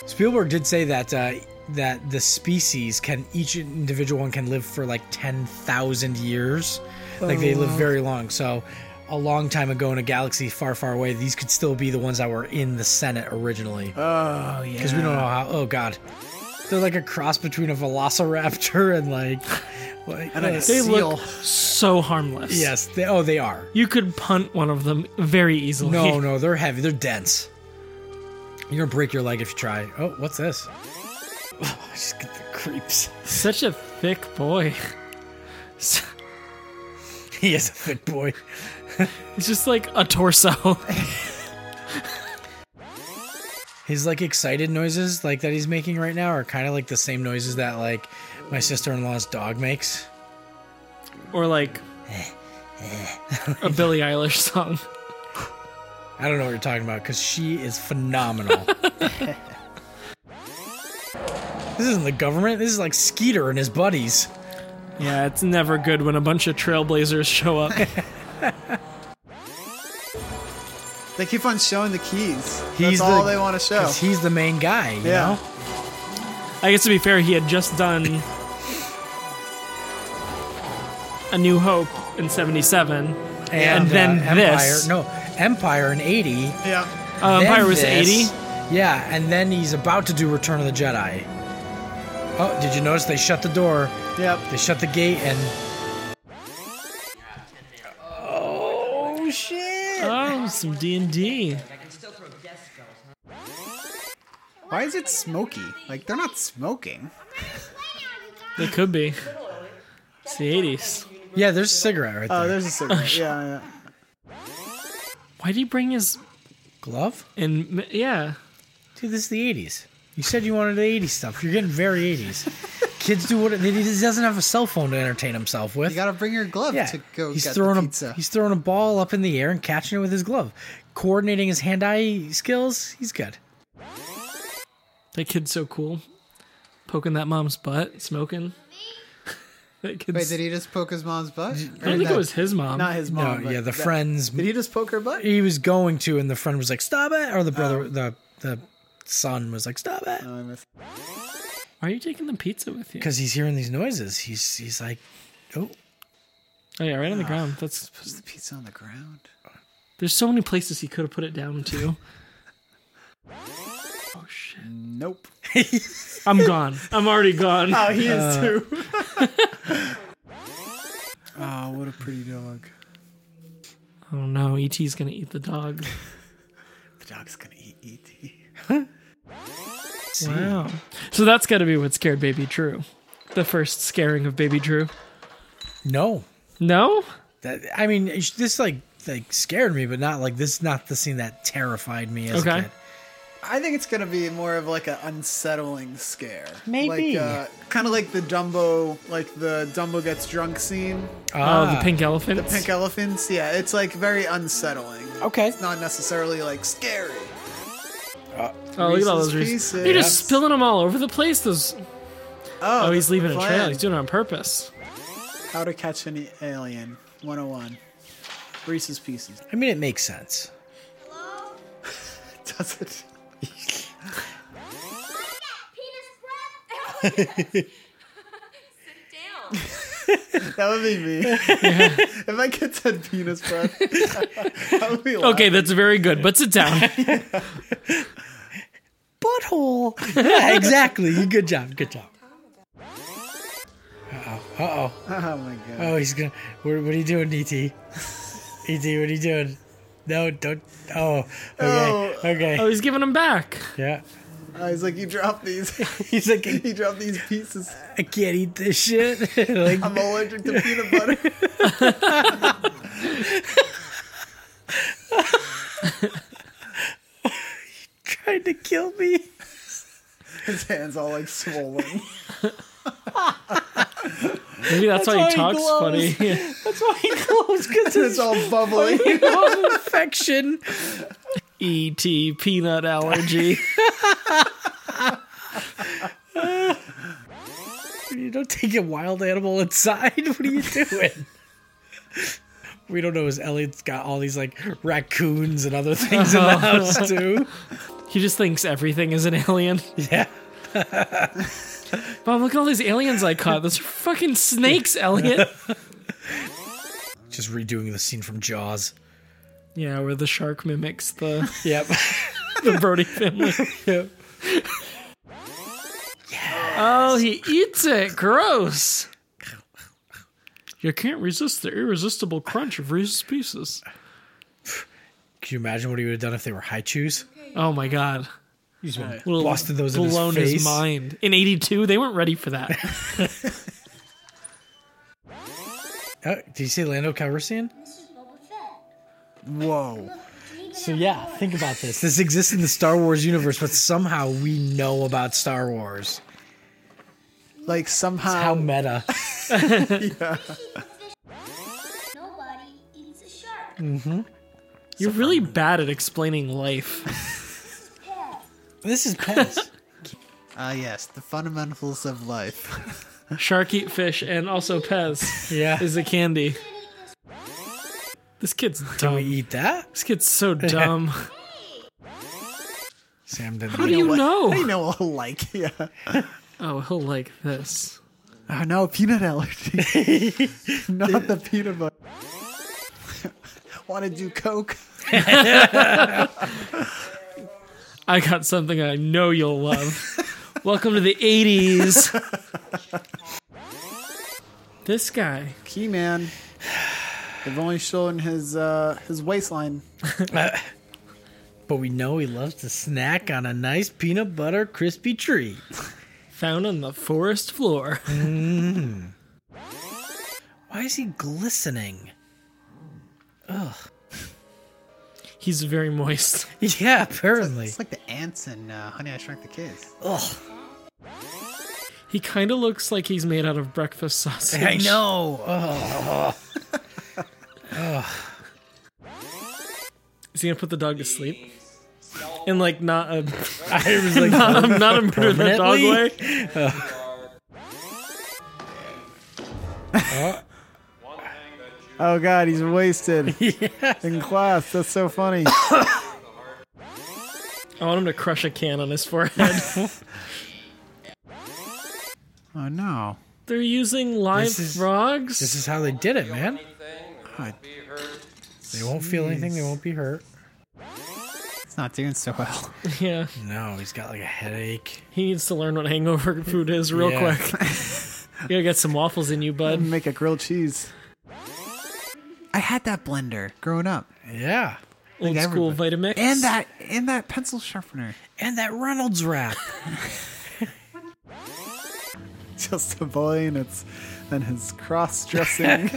[SPEAKER 2] Spielberg did say that uh, that the species can each individual one can live for like 10,000 years. Like they
[SPEAKER 1] Oh.
[SPEAKER 2] live very long. So a long time ago in a galaxy far far away, these could still be the ones that were in the Senate originally.
[SPEAKER 1] Oh yeah.
[SPEAKER 2] Cuz we don't know how Oh god. They're like a cross between a velociraptor and like, like
[SPEAKER 1] And like a
[SPEAKER 3] They
[SPEAKER 1] seal.
[SPEAKER 3] look so harmless.
[SPEAKER 2] yes, they, oh they are.
[SPEAKER 3] You could punt one of them very easily.
[SPEAKER 2] No, no, they're heavy. They're dense. You're gonna break your leg if you try. Oh, what's this? I just get the creeps.
[SPEAKER 3] Such a thick boy. It's
[SPEAKER 2] he is a thick boy.
[SPEAKER 3] it's just like a torso.
[SPEAKER 2] His like excited noises like that he's making right now are kind of like the same noises that like my sister-in-law's dog makes.
[SPEAKER 3] or like a Billie Eilish song.
[SPEAKER 2] I don't know what you're talking about because she is phenomenal. this isn't the government. This is like Skeeter and his buddies.
[SPEAKER 3] Yeah, it's never good when a bunch of trailblazers show up.
[SPEAKER 4] They keep on showing the keys.
[SPEAKER 2] He's
[SPEAKER 4] That's all
[SPEAKER 2] the-
[SPEAKER 4] they want to show.
[SPEAKER 2] 'Cause he's the main guy. You
[SPEAKER 4] Yeah.
[SPEAKER 2] know?
[SPEAKER 3] I guess to be fair, he had just done A New Hope in 77. And then
[SPEAKER 2] uh, Empire,
[SPEAKER 3] this.
[SPEAKER 2] No, Empire in '80,
[SPEAKER 4] Yeah.
[SPEAKER 3] Uh, Empire
[SPEAKER 2] then
[SPEAKER 3] was
[SPEAKER 2] this.
[SPEAKER 3] 80.
[SPEAKER 2] Yeah, and then he's about to do Return of the Jedi. Oh, did you notice they shut the door?
[SPEAKER 4] Yep.
[SPEAKER 2] They shut the gate and. Oh shit!
[SPEAKER 3] Oh, some D&D.
[SPEAKER 4] Why is it smoky? Like they're not smoking.
[SPEAKER 3] It could be. It's the 80s.
[SPEAKER 2] Yeah, there's a cigarette right there.
[SPEAKER 4] Oh, there's a cigarette. yeah, yeah.
[SPEAKER 3] Why did he bring his...
[SPEAKER 2] Glove?
[SPEAKER 3] In, yeah.
[SPEAKER 2] Dude, this is the '80s. You said you wanted the '80s stuff. You're getting very '80s. Kids do what he doesn't have a cell phone to entertain himself with.
[SPEAKER 4] You gotta bring your glove
[SPEAKER 2] yeah,
[SPEAKER 4] to go
[SPEAKER 2] he's
[SPEAKER 4] get
[SPEAKER 2] throwing
[SPEAKER 4] the
[SPEAKER 2] a
[SPEAKER 4] pizza.
[SPEAKER 2] he's throwing a ball up in the air and catching it with his glove. Coordinating his hand-eye skills, he's good.
[SPEAKER 3] That kid's so cool. Poking that mom's butt, smoking. that kid's...
[SPEAKER 4] Wait, did he just poke his mom's butt?
[SPEAKER 3] I don't think it was his mom.
[SPEAKER 4] Not his
[SPEAKER 2] No,
[SPEAKER 4] mom. but
[SPEAKER 2] yeah, the
[SPEAKER 4] that-
[SPEAKER 2] friends.
[SPEAKER 4] Did he just poke her butt?
[SPEAKER 2] he was going to, and the friend was like, "Stop it!" Or the brother, the the son was like, "Stop it!"
[SPEAKER 4] Oh, I missed.
[SPEAKER 3] Why are you taking the pizza with you?
[SPEAKER 2] Because he's hearing these noises. He's he's like, "Oh,
[SPEAKER 3] Oh yeah, right on the
[SPEAKER 4] Ah.
[SPEAKER 3] ground. That's
[SPEAKER 4] Was the pizza on the ground?
[SPEAKER 3] there's so many places he could have put it down to. oh shit!
[SPEAKER 4] Nope.
[SPEAKER 3] I'm gone. I'm already gone.
[SPEAKER 4] Oh, he is too. oh, what a pretty dog.
[SPEAKER 3] Oh no, ET's gonna eat the dog.
[SPEAKER 4] The dog's gonna eat E.T.
[SPEAKER 3] Wow. So that's got to be what scared Baby Drew. The first scaring of Baby Drew.
[SPEAKER 2] no."
[SPEAKER 3] No,
[SPEAKER 2] That I mean, it's- this like like scared me, but not like this. is Not the scene that terrified me as
[SPEAKER 3] Okay.
[SPEAKER 2] a kid.
[SPEAKER 4] I think it's gonna be more of like an unsettling scare.
[SPEAKER 2] Maybe.
[SPEAKER 4] Like, uh, kind of like the Dumbo, like the Dumbo gets drunk scene.
[SPEAKER 3] oh
[SPEAKER 2] Ah,
[SPEAKER 3] the pink elephant.
[SPEAKER 4] The pink elephants. Yeah, it's like very unsettling.
[SPEAKER 2] Okay.
[SPEAKER 4] It's not necessarily like scary.
[SPEAKER 3] oh look at all
[SPEAKER 4] Reese's
[SPEAKER 3] those Reese's.
[SPEAKER 4] Pieces.
[SPEAKER 3] You're just spilling them all over the place. Those.
[SPEAKER 4] Oh,
[SPEAKER 3] Oh, he's leaving a
[SPEAKER 4] plan.
[SPEAKER 3] trail. He's doing it on purpose.
[SPEAKER 4] How to catch an alien 101. Reese's Pieces.
[SPEAKER 2] I mean, it makes sense.
[SPEAKER 4] Does it?
[SPEAKER 6] Penis prep? Sit down.
[SPEAKER 4] That would be me. if I could said penis breath, that would be
[SPEAKER 3] Okay, that's very good. But sit down.
[SPEAKER 2] Butthole. yeah, exactly. You good job. Good job. Uh oh. Uh oh.
[SPEAKER 4] Oh my god.
[SPEAKER 2] Oh, he's gonna. What, what are you doing, E ET? ET, what are you doing? No, don't. Oh, okay,
[SPEAKER 4] Oh.
[SPEAKER 2] okay,
[SPEAKER 3] oh, he's giving them back.
[SPEAKER 2] yeah.
[SPEAKER 4] I was like, you dropped these.
[SPEAKER 2] He's like,
[SPEAKER 4] you dropped these pieces.
[SPEAKER 2] I can't eat this shit. like,
[SPEAKER 4] I'm allergic to peanut butter.
[SPEAKER 2] trying to kill me.
[SPEAKER 4] His hands all like swollen.
[SPEAKER 3] Maybe that's, why
[SPEAKER 2] why
[SPEAKER 3] he
[SPEAKER 2] he
[SPEAKER 3] talks
[SPEAKER 2] glows.
[SPEAKER 3] funny. Yeah.
[SPEAKER 2] That's why he glows because
[SPEAKER 4] it's all bubbly.
[SPEAKER 2] infection.
[SPEAKER 3] ET E peanut allergy.
[SPEAKER 2] You don't take a wild animal inside. What are you doing? We don't know. Is Elliot's got all these like Uh-huh. raccoons and other things in the house too?
[SPEAKER 3] he just thinks everything is an alien.
[SPEAKER 2] Yeah.
[SPEAKER 3] Bob, look at all these aliens I caught. Those are fucking snakes, Elliot.
[SPEAKER 2] Just redoing the scene from Jaws.
[SPEAKER 3] Yeah, where the shark mimics the
[SPEAKER 2] Yep.
[SPEAKER 3] the Brody family.
[SPEAKER 2] yep.
[SPEAKER 3] Oh, he eats it. Gross. You can't resist the irresistible crunch of Reese's Pieces.
[SPEAKER 2] Could you imagine what he would have done if they were haichus?
[SPEAKER 3] Oh my god.
[SPEAKER 2] He's been
[SPEAKER 3] Little
[SPEAKER 2] blasted those in his
[SPEAKER 3] blown
[SPEAKER 2] face.
[SPEAKER 3] mind. In 82, they weren't ready for that.
[SPEAKER 2] Oh, did you say Lando Calrissian?
[SPEAKER 1] Whoa.
[SPEAKER 2] So yeah, think about this. This exists in the Star Wars universe, but somehow we know about Star Wars.
[SPEAKER 4] Like somehow.
[SPEAKER 2] How meta.
[SPEAKER 6] Nobody eats a shark.
[SPEAKER 3] You're really bad at explaining life.
[SPEAKER 6] Pear.
[SPEAKER 2] This is Pez.
[SPEAKER 4] Ah, yes, the fundamentals of life.
[SPEAKER 3] Shark eat fish and also Pez
[SPEAKER 2] yeah.
[SPEAKER 3] is a candy. This kid's
[SPEAKER 2] Can we
[SPEAKER 3] dumb.
[SPEAKER 2] eat that?
[SPEAKER 3] This kid's so dumb.
[SPEAKER 2] Sam didn't.
[SPEAKER 3] How do you
[SPEAKER 4] I
[SPEAKER 3] know?
[SPEAKER 4] know, like, yeah.
[SPEAKER 3] Oh, he'll like this.
[SPEAKER 4] Oh no, peanut allergy. Not the peanut butter. Want to do coke?
[SPEAKER 3] I got something I know you'll love. Welcome to the 80s. this guy.
[SPEAKER 4] Key man. They've only shown his uh, his waistline.
[SPEAKER 2] But we know he loves to snack on a nice peanut butter crispy treat.
[SPEAKER 3] found on the forest floor.
[SPEAKER 2] Why is he glistening?
[SPEAKER 3] He's very moist.
[SPEAKER 2] Yeah, apparently.
[SPEAKER 4] It's like the ants in uh, Honey I Shrunk the Kids.
[SPEAKER 2] Ugh.
[SPEAKER 3] He kind of looks like he's made out of breakfast sausage.
[SPEAKER 2] I know.
[SPEAKER 4] Oh, uh.
[SPEAKER 2] Ugh.
[SPEAKER 3] Is he gonna put the dog to sleep? In like not a
[SPEAKER 2] I was like,
[SPEAKER 3] not a, not a murder the dog way.
[SPEAKER 2] Permanently?
[SPEAKER 4] Oh god, he's wasted in class. That's so funny.
[SPEAKER 3] I want him to crush a can on his forehead.
[SPEAKER 4] Oh no.
[SPEAKER 3] They're using live
[SPEAKER 2] This is-
[SPEAKER 3] frogs.
[SPEAKER 2] this is how they did it, man. They won't feel anything. They won't be hurt.
[SPEAKER 4] It's not doing so well.
[SPEAKER 3] yeah,
[SPEAKER 2] No, he's got like a headache.
[SPEAKER 3] he needs to learn what hangover food is real
[SPEAKER 2] Yeah.
[SPEAKER 3] quick. you gotta get some waffles in you, bud.
[SPEAKER 4] Make a grilled cheese. I had that blender growing up,
[SPEAKER 2] Yeah.
[SPEAKER 3] Old school Vitamix.
[SPEAKER 4] and that and that pencil sharpener.
[SPEAKER 2] And that Reynolds wrap.
[SPEAKER 4] Just a boy and it's and his cross-dressing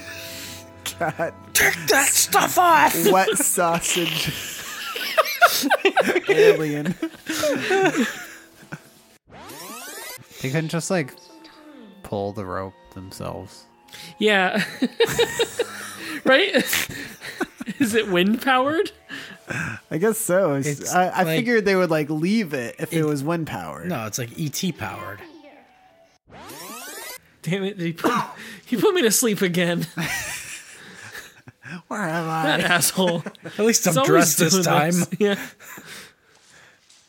[SPEAKER 4] cat
[SPEAKER 2] Take that stuff off.
[SPEAKER 4] wet sausage alien. They couldn't just like pull the rope themselves.
[SPEAKER 3] Yeah. right? is it wind powered?
[SPEAKER 4] I guess so. It's-
[SPEAKER 2] It's
[SPEAKER 4] I, I
[SPEAKER 2] like-
[SPEAKER 4] figured they would like leave it if it, was wind powered.
[SPEAKER 2] No, it's like ET powered.
[SPEAKER 3] Damn it! He put he put me to sleep again.
[SPEAKER 4] Where am
[SPEAKER 3] That
[SPEAKER 4] I? Oh,
[SPEAKER 3] asshole.
[SPEAKER 2] At least
[SPEAKER 3] He's
[SPEAKER 2] I'm
[SPEAKER 3] always
[SPEAKER 2] dressed this
[SPEAKER 3] doing
[SPEAKER 2] time.
[SPEAKER 3] Yeah.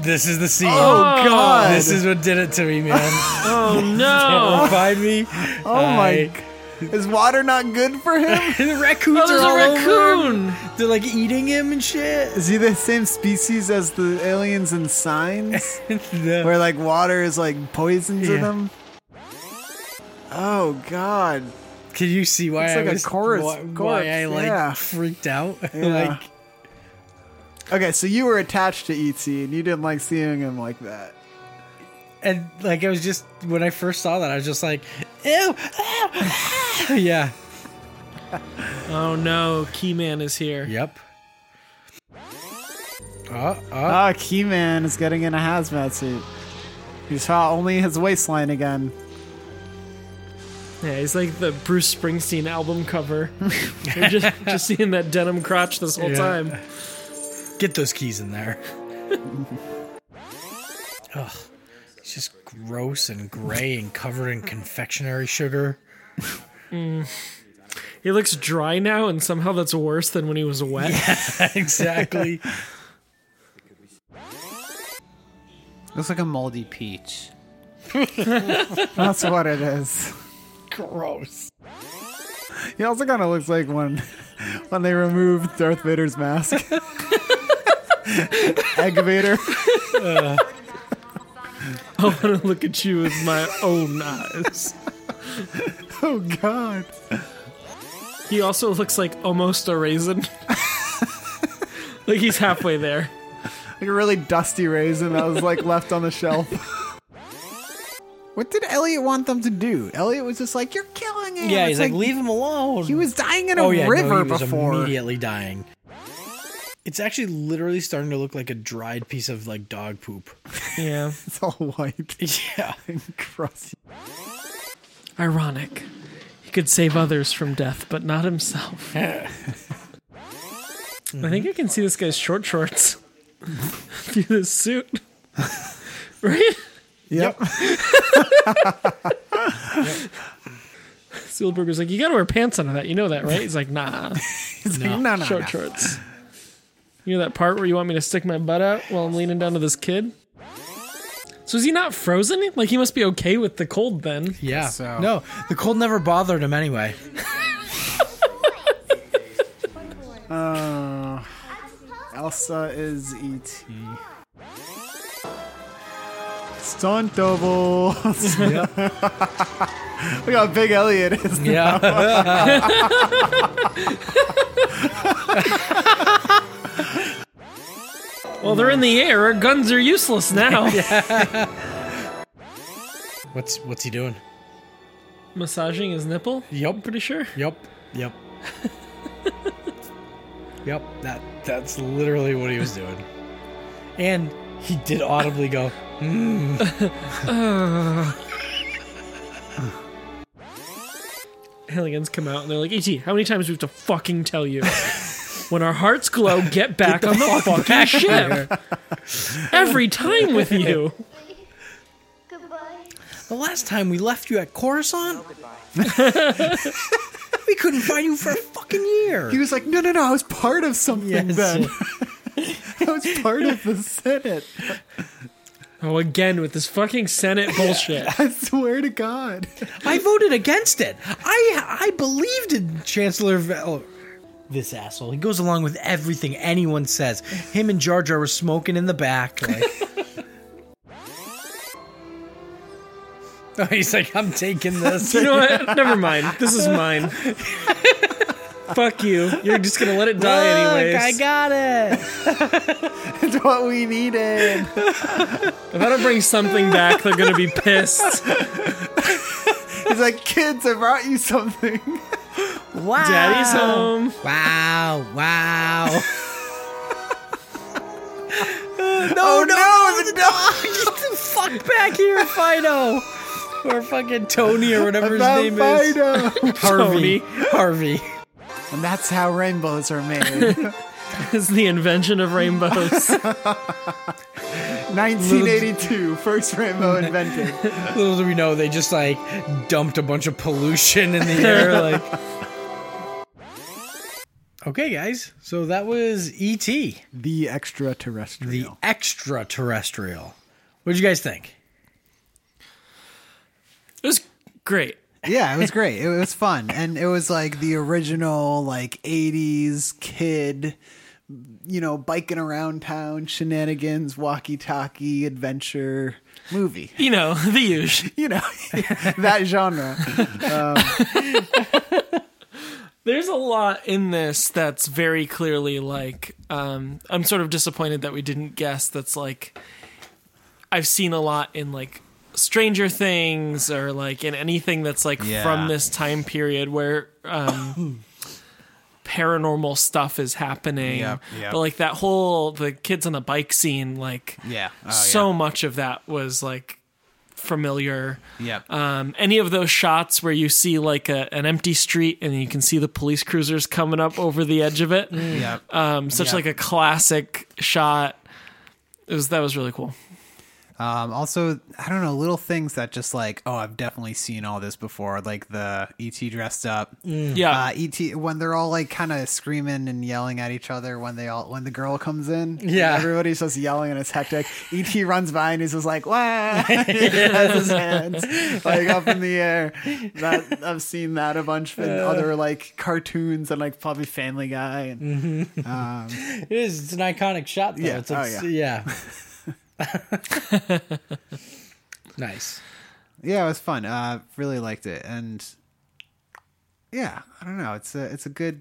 [SPEAKER 2] This is the scene.
[SPEAKER 4] Oh, god!
[SPEAKER 2] This is what did it to me, man.
[SPEAKER 3] Oh no!
[SPEAKER 2] Find me.
[SPEAKER 4] oh my! g- Is water not good for him?
[SPEAKER 2] the raccoons
[SPEAKER 3] Oh, there's
[SPEAKER 2] are all
[SPEAKER 3] a
[SPEAKER 2] over him.
[SPEAKER 3] raccoon.
[SPEAKER 2] They're like eating him and shit.
[SPEAKER 4] Is he the same species as the aliens in Signs,
[SPEAKER 2] No.
[SPEAKER 4] where like water is like poison to
[SPEAKER 2] Yeah.
[SPEAKER 4] them? Oh god!
[SPEAKER 2] Can you see why
[SPEAKER 4] It's
[SPEAKER 2] I
[SPEAKER 4] like a
[SPEAKER 2] was,
[SPEAKER 4] chorus-
[SPEAKER 2] why, why
[SPEAKER 4] chorus,
[SPEAKER 2] I like
[SPEAKER 4] yeah.
[SPEAKER 2] freaked out?
[SPEAKER 4] Yeah.
[SPEAKER 2] like
[SPEAKER 4] Okay, so you were attached to ET and you didn't like seeing him like that.
[SPEAKER 2] and like I was just when I first saw that I was just like, ew, ah, ah." yeah,
[SPEAKER 3] Oh no! Keyman is here.
[SPEAKER 2] yep. Uh, uh,
[SPEAKER 4] Ah, Keyman is getting in a hazmat suit. You saw only his waistline again.
[SPEAKER 3] Yeah, he's like the Bruce Springsteen album cover. We're just just seeing that denim crotch this whole
[SPEAKER 2] Yeah.
[SPEAKER 3] time.
[SPEAKER 2] get those keys in there. Ugh, it's just gross and gray and covered in confectionery sugar.
[SPEAKER 3] He looks dry now, and somehow that's worse than when he was wet.
[SPEAKER 2] exactly.
[SPEAKER 1] Looks like a moldy peach.
[SPEAKER 4] That's what it is.
[SPEAKER 2] Gross.
[SPEAKER 4] He also kind of looks like when when they removed Darth Vader's mask. Aggravator.
[SPEAKER 3] I want to look at you with my own eyes.
[SPEAKER 4] Oh God.
[SPEAKER 3] He also looks like almost a raisin. like he's halfway there.
[SPEAKER 4] Like a really dusty raisin that was like left on the shelf. What did Elliot want them to do? Elliot was just like, "You're killing him."
[SPEAKER 2] Yeah,
[SPEAKER 4] It's
[SPEAKER 2] he's like, leave him alone.
[SPEAKER 4] He was dying in a
[SPEAKER 2] oh yeah, no,
[SPEAKER 4] river
[SPEAKER 2] he was
[SPEAKER 4] before.
[SPEAKER 2] immediately dying. It's actually literally starting to look like a dried piece of like dog poop.
[SPEAKER 3] Yeah.
[SPEAKER 4] It's all white
[SPEAKER 2] Yeah.
[SPEAKER 4] and crusty.
[SPEAKER 3] Ironic. He could save others from death, but not himself. I think I can see this guy's short shorts through this suit. right?
[SPEAKER 4] Yep.
[SPEAKER 3] Spielberg was like, You gotta wear pants under that. You know that, right? He's like, Nah,
[SPEAKER 4] He's like, no, no,
[SPEAKER 3] short
[SPEAKER 4] no.
[SPEAKER 3] shorts. You know that part where you want me to stick my butt out while I'm leaning down to this kid? So is he not frozen? Like, he must be okay with the cold then.
[SPEAKER 2] Yeah.
[SPEAKER 4] So-
[SPEAKER 2] No, the cold never bothered him anyway.
[SPEAKER 4] Uh, Elsa is E ET. Stunt double. we got Big Elliot. is-
[SPEAKER 2] Yeah.
[SPEAKER 3] Well, they're in the air. Our guns are useless now.
[SPEAKER 2] what's what's he doing?
[SPEAKER 3] Massaging his nipple?
[SPEAKER 2] Yup.
[SPEAKER 3] Pretty sure.
[SPEAKER 2] Yep. Yep. yep. That that's literally what he was doing. And he did audibly go,
[SPEAKER 3] Aliens come out and they're like, E.T., how many times do we have to fucking tell you? when our hearts glow, get back on the fucking ship. Every time with you.
[SPEAKER 6] Goodbye.
[SPEAKER 2] The last time we left you at Coruscant, we couldn't find you for a fucking year.
[SPEAKER 4] He was like, no, no, no. I was part of something
[SPEAKER 2] Yes.
[SPEAKER 4] then. I was part of the Senate.
[SPEAKER 3] Oh, again with this fucking Senate bullshit.
[SPEAKER 4] I swear to God.
[SPEAKER 2] I voted against it. I I believed in Chancellor Val. This asshole. He goes along with everything anyone says. Him and Jar Jar were smoking in the back. Like. Oh, he's like, I'm taking this.
[SPEAKER 3] You know what? Never mind. This is mine. Fuck you. You're just gonna let it die
[SPEAKER 2] Look,
[SPEAKER 3] anyways.
[SPEAKER 2] I got it.
[SPEAKER 4] That's what we needed.
[SPEAKER 3] if I don't bring something back, they're gonna be pissed.
[SPEAKER 4] He's like, kids, I brought you something.
[SPEAKER 2] Wow.
[SPEAKER 3] Daddy's home.
[SPEAKER 2] Wow. Wow.
[SPEAKER 4] Oh, no,
[SPEAKER 2] Get the fuck back here, Fido. Or fucking Tony or whatever his
[SPEAKER 4] the
[SPEAKER 2] name
[SPEAKER 4] dog.
[SPEAKER 2] is.
[SPEAKER 4] About Fido.
[SPEAKER 2] Harvey. Harvey.
[SPEAKER 4] and that's how rainbows are made.
[SPEAKER 3] It's the invention of rainbows.
[SPEAKER 4] 1982, first rainbow invented.
[SPEAKER 2] Little do we know, they just like dumped a bunch of pollution in the air. Like, okay, guys. So that was E ET, the
[SPEAKER 4] The extraterrestrial.
[SPEAKER 2] extraterrestrial. What did you guys think?
[SPEAKER 3] It was great.
[SPEAKER 4] yeah, it was great. It was fun, and it was like the original like 80s kid, you know, biking around town, shenanigans, walkie-talkie adventure movie.
[SPEAKER 3] You know, the usual.
[SPEAKER 4] You know, that genre.
[SPEAKER 3] There's a lot in this that's very clearly like um, I'm sort of disappointed that we didn't guess that's like I've seen a lot in like Stranger Things or like in anything that's like from this time period where um, paranormal stuff is happening.
[SPEAKER 1] Yep, yep.
[SPEAKER 3] But like that whole the kids on the bike scene, like
[SPEAKER 1] Yeah.
[SPEAKER 3] so much of that was like familiar
[SPEAKER 1] Yep.
[SPEAKER 3] um, any of those shots where you see like a, an empty street and you can see the police cruisers coming up over the edge of it
[SPEAKER 2] Mm.
[SPEAKER 1] yep.
[SPEAKER 3] uh, um, such like a classic shot it was that was really cool
[SPEAKER 4] Um, also, I don't know, little things that just like, oh, I've definitely seen all this before, like the ET dressed up.
[SPEAKER 2] Mm.
[SPEAKER 3] Yeah.
[SPEAKER 4] Uh, ET when they're all like kind of screaming and yelling at each other when they all when the girl comes in.
[SPEAKER 2] Yeah.
[SPEAKER 4] everybody's just yelling and it's hectic. ET runs by and he's just like, "Wow!" he has his hands like up in the air. That I've seen that a bunch in other like cartoons and like probably Family Guy and
[SPEAKER 2] It is. It's an iconic shot. Though.
[SPEAKER 4] Yeah,
[SPEAKER 2] It's, it's,
[SPEAKER 4] oh,
[SPEAKER 2] yeah. nice.
[SPEAKER 4] yeah, it was fun. Uh, really liked it, and yeah, I don't know. It's a it's a good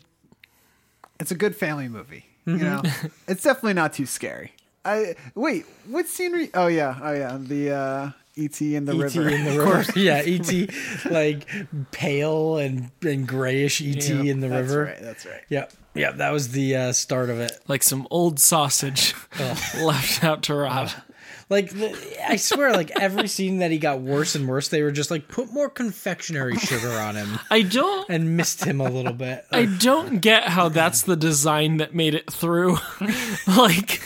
[SPEAKER 4] it's a good family movie.
[SPEAKER 2] Mm-hmm.
[SPEAKER 4] You know, it's definitely not too scary. I wait, what scene? Re- oh yeah, oh yeah, the uh, ET in the
[SPEAKER 2] ET
[SPEAKER 4] river.
[SPEAKER 2] E in the river. yeah, ET like pale and and grayish ET
[SPEAKER 3] Yeah,
[SPEAKER 2] in the
[SPEAKER 4] that's
[SPEAKER 2] river.
[SPEAKER 4] right. That's right.
[SPEAKER 2] Yep. Yep. That was the uh, start of it.
[SPEAKER 3] Like some old sausage left out to rot.
[SPEAKER 2] Uh, Like the, I swear, like every scene that he got worse and worse, they were just like put more confectionery sugar on him
[SPEAKER 3] I don't
[SPEAKER 2] and missed him a little bit.
[SPEAKER 3] I don't get how that's the design that made it through. like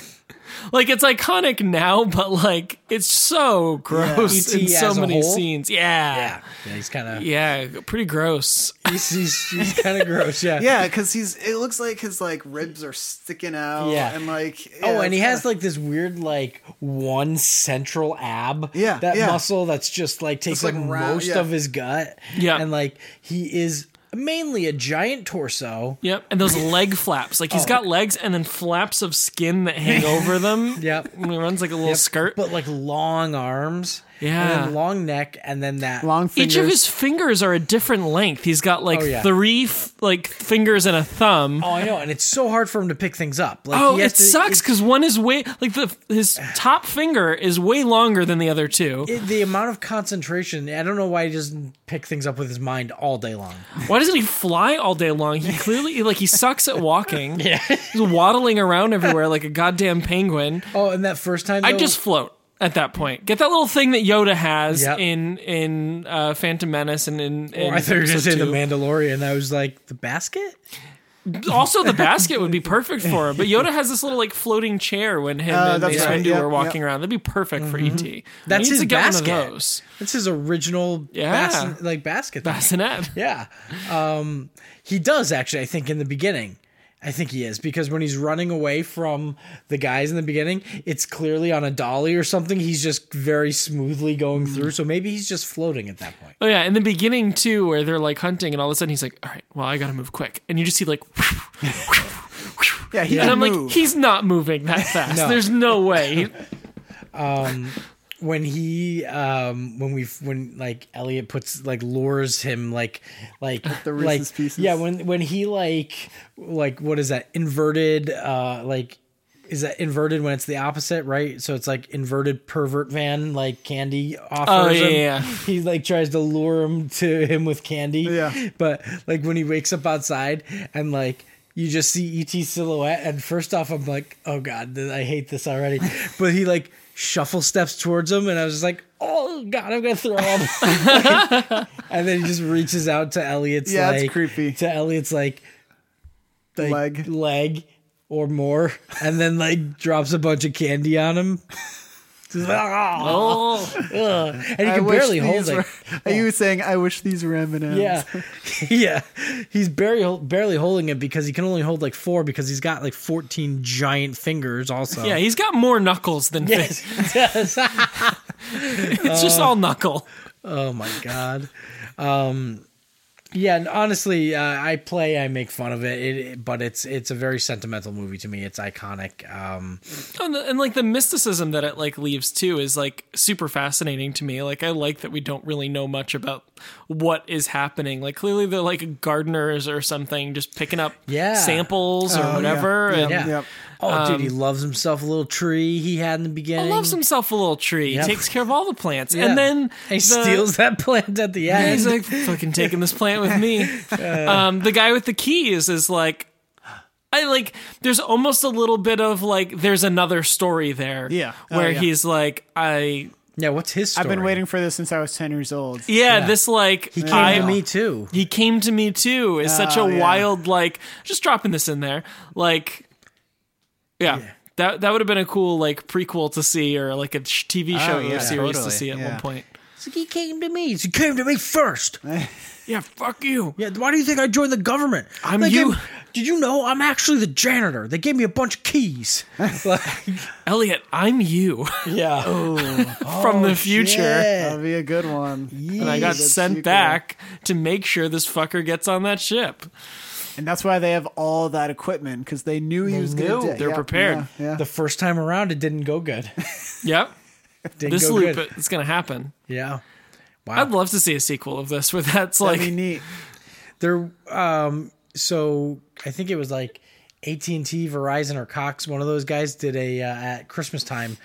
[SPEAKER 3] like it's iconic now, but like it's so gross
[SPEAKER 2] Yeah.
[SPEAKER 3] in
[SPEAKER 2] E.T.
[SPEAKER 3] so
[SPEAKER 2] as a
[SPEAKER 3] many
[SPEAKER 2] whole?
[SPEAKER 3] scenes. Yeah.
[SPEAKER 2] yeah. Yeah. He's kind of.
[SPEAKER 3] yeah. pretty gross.
[SPEAKER 2] He's he's, he's kind of gross. Yeah.
[SPEAKER 4] Yeah, because he's. It looks like his like ribs are sticking out.
[SPEAKER 2] Yeah.
[SPEAKER 4] and like.
[SPEAKER 2] Oh,
[SPEAKER 4] yeah,
[SPEAKER 2] and he
[SPEAKER 4] it's
[SPEAKER 2] has like this weird, like one central ab.
[SPEAKER 4] Yeah,
[SPEAKER 2] that
[SPEAKER 4] yeah.
[SPEAKER 2] muscle that's just like takes
[SPEAKER 4] It's, like,
[SPEAKER 2] up
[SPEAKER 4] round,
[SPEAKER 2] most
[SPEAKER 4] yeah.
[SPEAKER 2] of his gut.
[SPEAKER 3] Yeah.
[SPEAKER 2] and like he is mainly a giant torso.
[SPEAKER 3] Yep. And those leg flaps. Like
[SPEAKER 2] Oh.
[SPEAKER 3] he's got legs and then flaps of skin that hang over them.
[SPEAKER 2] Yep.
[SPEAKER 3] And he runs like a little skirt.
[SPEAKER 2] but like long arms. and
[SPEAKER 3] Yeah.
[SPEAKER 2] then long neck, and then that
[SPEAKER 4] long
[SPEAKER 3] Each
[SPEAKER 4] fingers.
[SPEAKER 3] of his fingers are a different length. He's got like
[SPEAKER 2] Oh, yeah.
[SPEAKER 3] three f- like fingers and a thumb.
[SPEAKER 2] Oh, I know, and it's so hard for him to pick things up. Like,
[SPEAKER 3] Oh,
[SPEAKER 2] he has
[SPEAKER 3] it
[SPEAKER 2] to-
[SPEAKER 3] sucks
[SPEAKER 2] it's-
[SPEAKER 3] because one is way like the his top finger is way longer than the other two.
[SPEAKER 2] it- the amount of concentration. I don't know why he doesn't pick things up with his mind all day long.
[SPEAKER 3] Why doesn't he fly all day long? He clearly like he sucks at walking. Yeah, he's waddling around everywhere like a goddamn penguin.
[SPEAKER 2] Oh, and that first time,
[SPEAKER 3] I
[SPEAKER 2] though-
[SPEAKER 3] just float at that point. Get that little thing that Yoda has
[SPEAKER 2] Yep.
[SPEAKER 3] in in uh, Phantom Menace and in.
[SPEAKER 2] Oh,
[SPEAKER 3] in
[SPEAKER 2] I thought you were going to
[SPEAKER 3] Episode
[SPEAKER 2] say the
[SPEAKER 3] two.
[SPEAKER 2] Mandalorian. I was like, the basket.
[SPEAKER 3] Also, the basket would be perfect for him. But Yoda has this little like floating chair when him
[SPEAKER 4] Uh,
[SPEAKER 3] and
[SPEAKER 4] that's
[SPEAKER 3] Mace
[SPEAKER 4] right.
[SPEAKER 3] Windu
[SPEAKER 4] Yep,
[SPEAKER 3] are walking
[SPEAKER 4] yep.
[SPEAKER 3] around. That'd be perfect for ET. He
[SPEAKER 2] Mm-hmm. That's
[SPEAKER 3] needs
[SPEAKER 2] his
[SPEAKER 3] to get One
[SPEAKER 2] basket.
[SPEAKER 3] of those.
[SPEAKER 2] That's his original,
[SPEAKER 3] Yeah.
[SPEAKER 2] basket, like basket. thing.
[SPEAKER 3] Bassinet.
[SPEAKER 2] Yeah, um, he does actually. I think in the beginning, I think he is because when he's running away from the guys in the beginning, it's clearly on a dolly or something. He's just very smoothly going through. So maybe he's just floating at that point.
[SPEAKER 3] Oh yeah, in the beginning too, where they're like hunting, and all of a sudden he's like, "All right, well, I gotta move quick," and you just see like,
[SPEAKER 4] yeah, he
[SPEAKER 3] and I'm like,
[SPEAKER 4] can move.
[SPEAKER 3] he's not moving that fast.
[SPEAKER 2] No.
[SPEAKER 3] There's no way.
[SPEAKER 2] when he um when we when like Elliot puts like lures him like like
[SPEAKER 4] the
[SPEAKER 2] like
[SPEAKER 4] Reese's Pieces.
[SPEAKER 2] yeah when when he like like what is that inverted uh like is that inverted when it's the opposite right so it's like inverted pervert van like candy offers
[SPEAKER 3] Oh, yeah,
[SPEAKER 2] him.
[SPEAKER 3] yeah, yeah.
[SPEAKER 2] he like tries to lure him to him with candy
[SPEAKER 4] Yeah.
[SPEAKER 2] but like when he wakes up outside and like you just see ET silhouette, and first off, I'm like, oh god, th- I hate this already. But he like shuffle steps towards him, and I was just like, oh god, I'm gonna throw him. and then he just reaches out to Elliot's
[SPEAKER 4] Yeah, it's
[SPEAKER 2] like
[SPEAKER 4] creepy.
[SPEAKER 2] to Elliot's like, like
[SPEAKER 4] Leg.
[SPEAKER 2] leg or more, and then like drops a bunch of candy on him. Just like, "Ah,
[SPEAKER 3] Oh,
[SPEAKER 2] ugh." and he
[SPEAKER 4] I
[SPEAKER 2] can
[SPEAKER 4] wish
[SPEAKER 2] barely hold
[SPEAKER 4] these
[SPEAKER 2] it.
[SPEAKER 4] were- Are you saying I wish these were M&Ms?
[SPEAKER 2] Yeah, yeah. He's barely barely holding it because he can only hold like four because he's got like fourteen giant fingers. Also,
[SPEAKER 3] yeah, he's got more knuckles than
[SPEAKER 2] yes,
[SPEAKER 3] face.
[SPEAKER 2] yes.
[SPEAKER 3] It's just
[SPEAKER 2] Uh,
[SPEAKER 3] all knuckle.
[SPEAKER 2] oh my god. Um, yeah, and honestly, uh, I play, I make fun of it, it, it- but it's it's a very sentimental movie to me. It's iconic. Um,
[SPEAKER 3] And, the- and like the mysticism that it like leaves too is like super fascinating to me. Like I like that we don't really know much about what is happening. Like clearly they're like gardeners or something, just picking up
[SPEAKER 2] Yeah.
[SPEAKER 3] samples or
[SPEAKER 4] yeah,
[SPEAKER 3] whatever.
[SPEAKER 4] yeah.
[SPEAKER 3] and
[SPEAKER 2] yeah.
[SPEAKER 4] Yep.
[SPEAKER 2] Oh, dude, he loves himself a little tree he had in the beginning.
[SPEAKER 3] loves himself a little tree.
[SPEAKER 2] Yep.
[SPEAKER 3] Takes care of all the plants,
[SPEAKER 2] Yeah.
[SPEAKER 3] and then
[SPEAKER 2] he
[SPEAKER 3] the-
[SPEAKER 2] steals that plant at the end.
[SPEAKER 3] He's like fucking taking this plant with me. Um, the guy with the keys is like, I like. There's almost a little bit of like, there's another story there.
[SPEAKER 1] Yeah. Oh,
[SPEAKER 3] where
[SPEAKER 1] yeah.
[SPEAKER 3] he's like, I
[SPEAKER 2] yeah, what's his? Story?
[SPEAKER 1] I've been waiting for this since I was ten years old.
[SPEAKER 3] yeah, this like
[SPEAKER 2] He came
[SPEAKER 3] I,
[SPEAKER 2] to me too.
[SPEAKER 3] He came to me too. Is such a
[SPEAKER 4] Oh, yeah.
[SPEAKER 3] wild like. Just dropping this in there, like, yeah. That that would have been a cool like prequel to see or like a sh- TV show
[SPEAKER 4] Oh, yeah,
[SPEAKER 3] or series
[SPEAKER 4] totally,
[SPEAKER 3] to see at
[SPEAKER 4] yeah.
[SPEAKER 3] one point.
[SPEAKER 2] It's like he came to me. He came to me first.
[SPEAKER 3] Yeah, fuck you.
[SPEAKER 2] Yeah, why do you think I joined the government?
[SPEAKER 3] I'm
[SPEAKER 2] They
[SPEAKER 3] you.
[SPEAKER 2] gave- did you know I'm actually the janitor? They gave me a bunch of keys.
[SPEAKER 3] Elliot, I'm you
[SPEAKER 2] yeah.
[SPEAKER 3] from the Oh, future.
[SPEAKER 4] That'll be a good one.
[SPEAKER 3] And I got
[SPEAKER 4] That's
[SPEAKER 3] sent
[SPEAKER 4] sequel.
[SPEAKER 3] back to make sure this fucker gets on that ship.
[SPEAKER 4] And that's why they have all that equipment because they knew he was
[SPEAKER 2] knew.
[SPEAKER 4] going to.
[SPEAKER 3] They're prepared.
[SPEAKER 4] Yeah, yeah.
[SPEAKER 2] The first time around, it didn't go good.
[SPEAKER 3] Yep.
[SPEAKER 2] Didn't
[SPEAKER 3] this
[SPEAKER 2] go
[SPEAKER 3] loop,
[SPEAKER 2] good.
[SPEAKER 3] it's going to happen.
[SPEAKER 2] Yeah.
[SPEAKER 3] I'd love to see a sequel of this where that's like,
[SPEAKER 4] That'd be neat.
[SPEAKER 2] There. Um. So I think it was like AT and T, Verizon, or Cox. One of those guys did a uh, at Christmas time,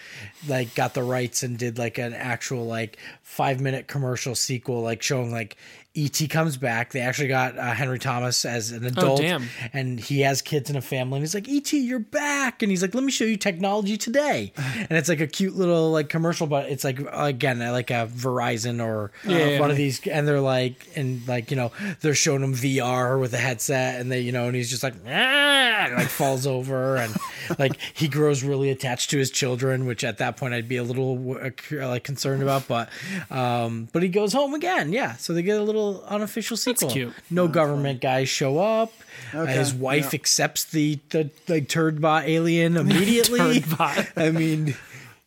[SPEAKER 2] like got the rights and did like an actual like five minute commercial sequel, like showing like ET comes back. They actually got uh, Henry Thomas as an adult,
[SPEAKER 3] Oh, damn.
[SPEAKER 2] and he has kids and a family. And he's like, ET, you're back, and he's like, let me show you technology today. and it's like a cute little like commercial, but it's like again uh, like a Verizon or uh,
[SPEAKER 3] Yeah.
[SPEAKER 2] one of these, and they're like and like you know they're showing him VR with a headset, and they you know, and he's just like "Ah," and like falls over, and like he grows really attached to his children, which at that point I'd be a little uh, like concerned about, but um, but he goes home again, yeah. So they get a little unofficial sequel.
[SPEAKER 3] cute.
[SPEAKER 2] No government guys show up. Uh, his wife accepts the the like turd bot alien immediately.
[SPEAKER 3] Turd bot.
[SPEAKER 2] I mean,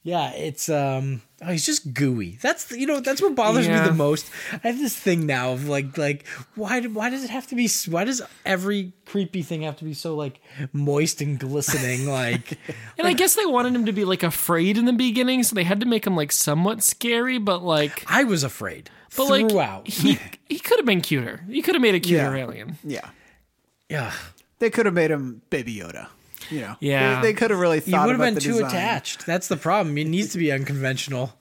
[SPEAKER 2] yeah, it's um. Oh, he's just gooey. That's the- you know that's what bothers
[SPEAKER 3] Yeah.
[SPEAKER 2] me the most. I have this thing now of like like why do- why does it have to be s- why does every creepy thing have to be so like moist and glistening like
[SPEAKER 3] and I guess they wanted him to be like afraid in the beginning, so they had to make him like somewhat scary, but like,
[SPEAKER 2] I was afraid
[SPEAKER 3] but
[SPEAKER 2] throughout.
[SPEAKER 3] like, he he could have been cuter. He could have made a cuter alien.
[SPEAKER 4] Yeah.
[SPEAKER 2] yeah,
[SPEAKER 4] They could have made him Baby Yoda. You know.
[SPEAKER 3] Yeah.
[SPEAKER 4] They, they could have really
[SPEAKER 2] you
[SPEAKER 4] thought
[SPEAKER 2] would have
[SPEAKER 4] about
[SPEAKER 2] been
[SPEAKER 4] the
[SPEAKER 2] too
[SPEAKER 4] design.
[SPEAKER 2] attached. That's the problem. It needs to be unconventional.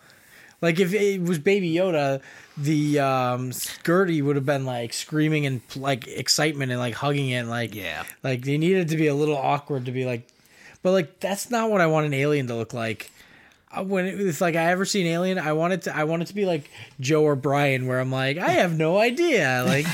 [SPEAKER 2] Like if it was Baby Yoda, the um, Gertie would have been like screaming and like excitement and like hugging it. And, like
[SPEAKER 4] Yeah.
[SPEAKER 2] like they needed to be a little awkward to be like, but like that's not what I want an alien to look like. Uh, When it, it's like I ever seen Alien, I want it to I want it to be like Joe or Brian, where I'm like I have no idea, like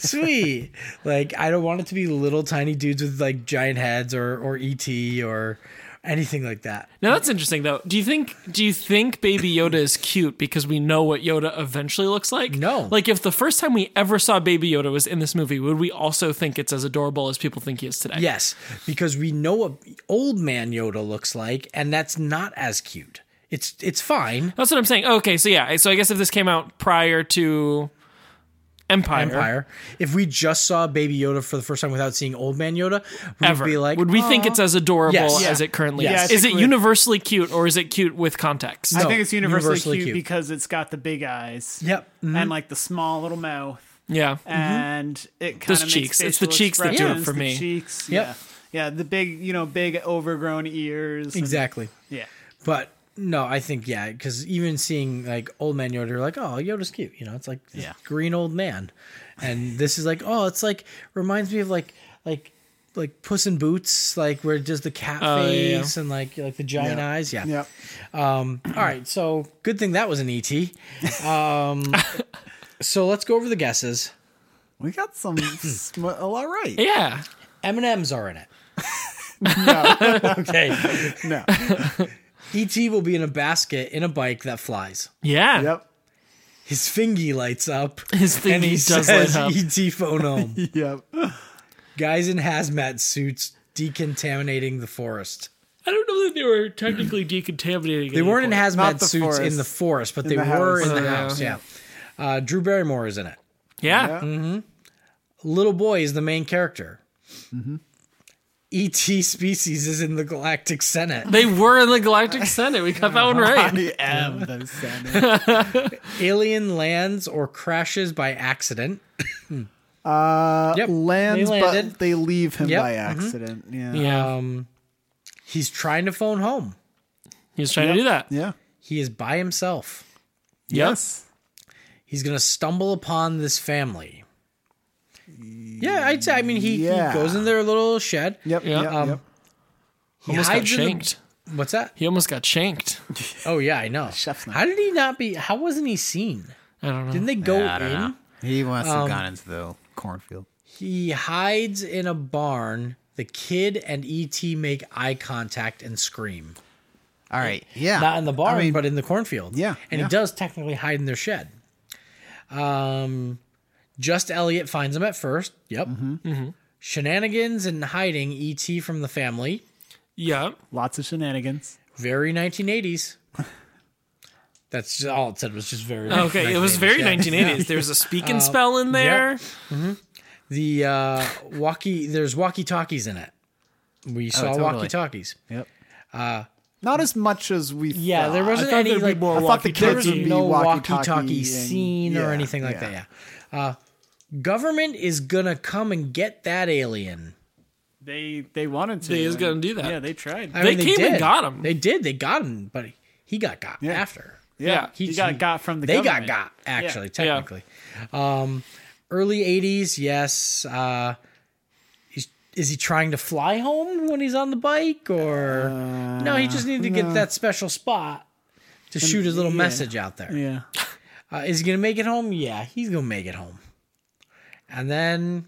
[SPEAKER 2] sweet, like I don't want it to be little tiny dudes with like giant heads or or ET or anything like that.
[SPEAKER 3] Now that's interesting though. Do you think do you think Baby Yoda is cute because we know what Yoda eventually looks like?
[SPEAKER 2] No.
[SPEAKER 3] Like if the first time we ever saw Baby Yoda was in this movie, would we also think it's as adorable as people think he is today?
[SPEAKER 2] Yes, because we know what old man Yoda looks like, and that's not as cute. It's it's fine.
[SPEAKER 3] That's what I'm saying. Okay, so yeah, so I guess if this came out prior to Empire,
[SPEAKER 2] Empire. If we just saw Baby Yoda for the first time without seeing Old Man Yoda, we'd
[SPEAKER 3] ever,
[SPEAKER 2] be like, "Oh,
[SPEAKER 3] would we think it's as adorable
[SPEAKER 2] Yes.
[SPEAKER 3] as it currently
[SPEAKER 2] Yeah, I
[SPEAKER 3] is?
[SPEAKER 2] think
[SPEAKER 3] Is it
[SPEAKER 1] we-
[SPEAKER 3] universally cute or is it cute with context?
[SPEAKER 1] I
[SPEAKER 2] No,
[SPEAKER 1] think it's universally,
[SPEAKER 2] universally
[SPEAKER 1] cute,
[SPEAKER 2] cute.
[SPEAKER 1] because it's got the big eyes.
[SPEAKER 2] Yep.
[SPEAKER 3] Mm-hmm.
[SPEAKER 2] Mhm.
[SPEAKER 1] And like the small little mouth.
[SPEAKER 3] Yeah.
[SPEAKER 1] And it kind of
[SPEAKER 3] Mm-hmm. cheeks. It's the cheeks that do it for me.
[SPEAKER 1] Cheeks.
[SPEAKER 2] Yep.
[SPEAKER 1] Yeah. Yeah. The big, you know, big overgrown ears. and-
[SPEAKER 2] exactly.
[SPEAKER 1] yeah.
[SPEAKER 2] But no, I think yeah, because even seeing like Old Man Yoda, you're like, oh, Yoda's cute. You know, it's like this
[SPEAKER 1] Yeah.
[SPEAKER 2] green old man, and this is like, oh, it's like reminds me of like like like Puss in Boots, like where it does the cat
[SPEAKER 3] Oh, yeah, yeah.
[SPEAKER 2] face and like like the giant eyes. Yeah.
[SPEAKER 4] Yep.
[SPEAKER 2] Um, all right, so good thing that was an ET. Um, so let's go over the guesses.
[SPEAKER 4] We got some. sm- a lot right.
[SPEAKER 3] Yeah.
[SPEAKER 2] M and M's are in it. okay.
[SPEAKER 4] No.
[SPEAKER 2] ET will be in a basket in a bike that flies.
[SPEAKER 3] Yeah.
[SPEAKER 4] Yep.
[SPEAKER 2] His fingy lights up.
[SPEAKER 3] His thingy
[SPEAKER 2] and he
[SPEAKER 3] does
[SPEAKER 2] says,
[SPEAKER 3] light up.
[SPEAKER 2] ET phone home.
[SPEAKER 4] Yep.
[SPEAKER 2] Guys in hazmat suits decontaminating the forest.
[SPEAKER 3] I don't know that they were technically decontaminating.
[SPEAKER 2] They weren't in
[SPEAKER 4] Not
[SPEAKER 2] hazmat
[SPEAKER 4] the
[SPEAKER 2] suits in
[SPEAKER 4] forest.
[SPEAKER 2] the forest, but they
[SPEAKER 4] the
[SPEAKER 2] were
[SPEAKER 4] house.
[SPEAKER 2] in the
[SPEAKER 3] Yeah.
[SPEAKER 2] house. Yeah. Uh, Drew Barrymore is in it.
[SPEAKER 3] Yeah.
[SPEAKER 4] Yeah.
[SPEAKER 2] little boy is the main character. ET species is in the Galactic Senate.
[SPEAKER 3] They were in the Galactic Senate. We got that one right.
[SPEAKER 4] I am the Senate.
[SPEAKER 2] Alien lands or crashes by accident.
[SPEAKER 4] Uh,
[SPEAKER 2] Yep,
[SPEAKER 4] Lands,
[SPEAKER 2] they landed.
[SPEAKER 4] but they leave him
[SPEAKER 2] Yep,
[SPEAKER 4] by
[SPEAKER 2] mhm.
[SPEAKER 4] accident. Yeah.
[SPEAKER 3] Yeah.
[SPEAKER 2] Um, he's trying to phone home.
[SPEAKER 3] He was trying to do that.
[SPEAKER 4] Yeah.
[SPEAKER 2] He is by himself.
[SPEAKER 3] Yes.
[SPEAKER 2] He's gonna stumble upon this family. Yeah, I'd say. I mean, he,
[SPEAKER 4] Yeah.
[SPEAKER 2] he goes in their little shed.
[SPEAKER 4] Yep.
[SPEAKER 3] Yeah.
[SPEAKER 4] Yep.
[SPEAKER 2] Um,
[SPEAKER 4] yep.
[SPEAKER 2] He
[SPEAKER 3] Almost got
[SPEAKER 2] hides in the-
[SPEAKER 3] shanked.
[SPEAKER 2] what's that?
[SPEAKER 3] He almost got shanked.
[SPEAKER 2] Oh yeah, I know.
[SPEAKER 4] Chef's knife.
[SPEAKER 2] How did he not be? How wasn't he seen?
[SPEAKER 3] I don't know.
[SPEAKER 2] Didn't they go
[SPEAKER 7] I don't
[SPEAKER 2] in? Um,
[SPEAKER 7] know. He must have gone into the cornfield.
[SPEAKER 2] He hides in a barn. The kid and ET make eye contact and scream.
[SPEAKER 4] All right. Yeah.
[SPEAKER 2] Not in the barn,
[SPEAKER 4] I mean,
[SPEAKER 2] but in the cornfield.
[SPEAKER 4] Yeah,
[SPEAKER 2] And
[SPEAKER 4] yeah.
[SPEAKER 2] he does technically hide in their shed. Um, just Elliot finds him at first. Yep.
[SPEAKER 4] Mm-hmm.
[SPEAKER 3] Mm-hmm.
[SPEAKER 2] Shenanigans and hiding ET from the family.
[SPEAKER 3] Yeah.
[SPEAKER 1] Lots of shenanigans.
[SPEAKER 2] Very 1980s. That's just, all it said was just very.
[SPEAKER 3] Okay. It was
[SPEAKER 2] 1980s,
[SPEAKER 3] very
[SPEAKER 2] yeah. Uh,
[SPEAKER 3] 1980s. There was a speak and spell in there.
[SPEAKER 2] The uh, walkie, there's walkie talkies in it.
[SPEAKER 4] Oh,
[SPEAKER 2] We saw
[SPEAKER 1] totally.
[SPEAKER 2] walkie talkies.
[SPEAKER 1] Yep.
[SPEAKER 4] not as much as we.
[SPEAKER 2] Yeah, there
[SPEAKER 4] thought.
[SPEAKER 2] wasn't
[SPEAKER 3] thought
[SPEAKER 2] any
[SPEAKER 3] there'd be
[SPEAKER 2] like
[SPEAKER 3] more
[SPEAKER 4] I thought the
[SPEAKER 2] there was
[SPEAKER 4] kids would be
[SPEAKER 2] no
[SPEAKER 4] walkie-talkie
[SPEAKER 2] walkie-talkie
[SPEAKER 4] and-
[SPEAKER 2] scene or
[SPEAKER 4] yeah,
[SPEAKER 2] anything like
[SPEAKER 4] yeah.
[SPEAKER 2] that. Yeah. Uh, government is gonna come and get that alien.
[SPEAKER 1] They they wanted to.
[SPEAKER 3] They was
[SPEAKER 1] and-
[SPEAKER 3] gonna do that.
[SPEAKER 1] Yeah, they tried.
[SPEAKER 2] I
[SPEAKER 3] They came and
[SPEAKER 2] did.
[SPEAKER 3] got him.
[SPEAKER 2] They did. They got him, but he got got after.
[SPEAKER 3] Yeah.
[SPEAKER 1] he, got got from the.
[SPEAKER 2] They
[SPEAKER 1] government.
[SPEAKER 2] got got actually
[SPEAKER 3] Yeah. Yeah.
[SPEAKER 2] technically. Um, early '80s, yes. Uh, he's, is he trying to fly home when he's on the bike, or no? He just needed to get that special spot to shoot his little message out there.
[SPEAKER 1] Yeah.
[SPEAKER 2] Uh, is he gonna make it home? Yeah, he's gonna make it home. And then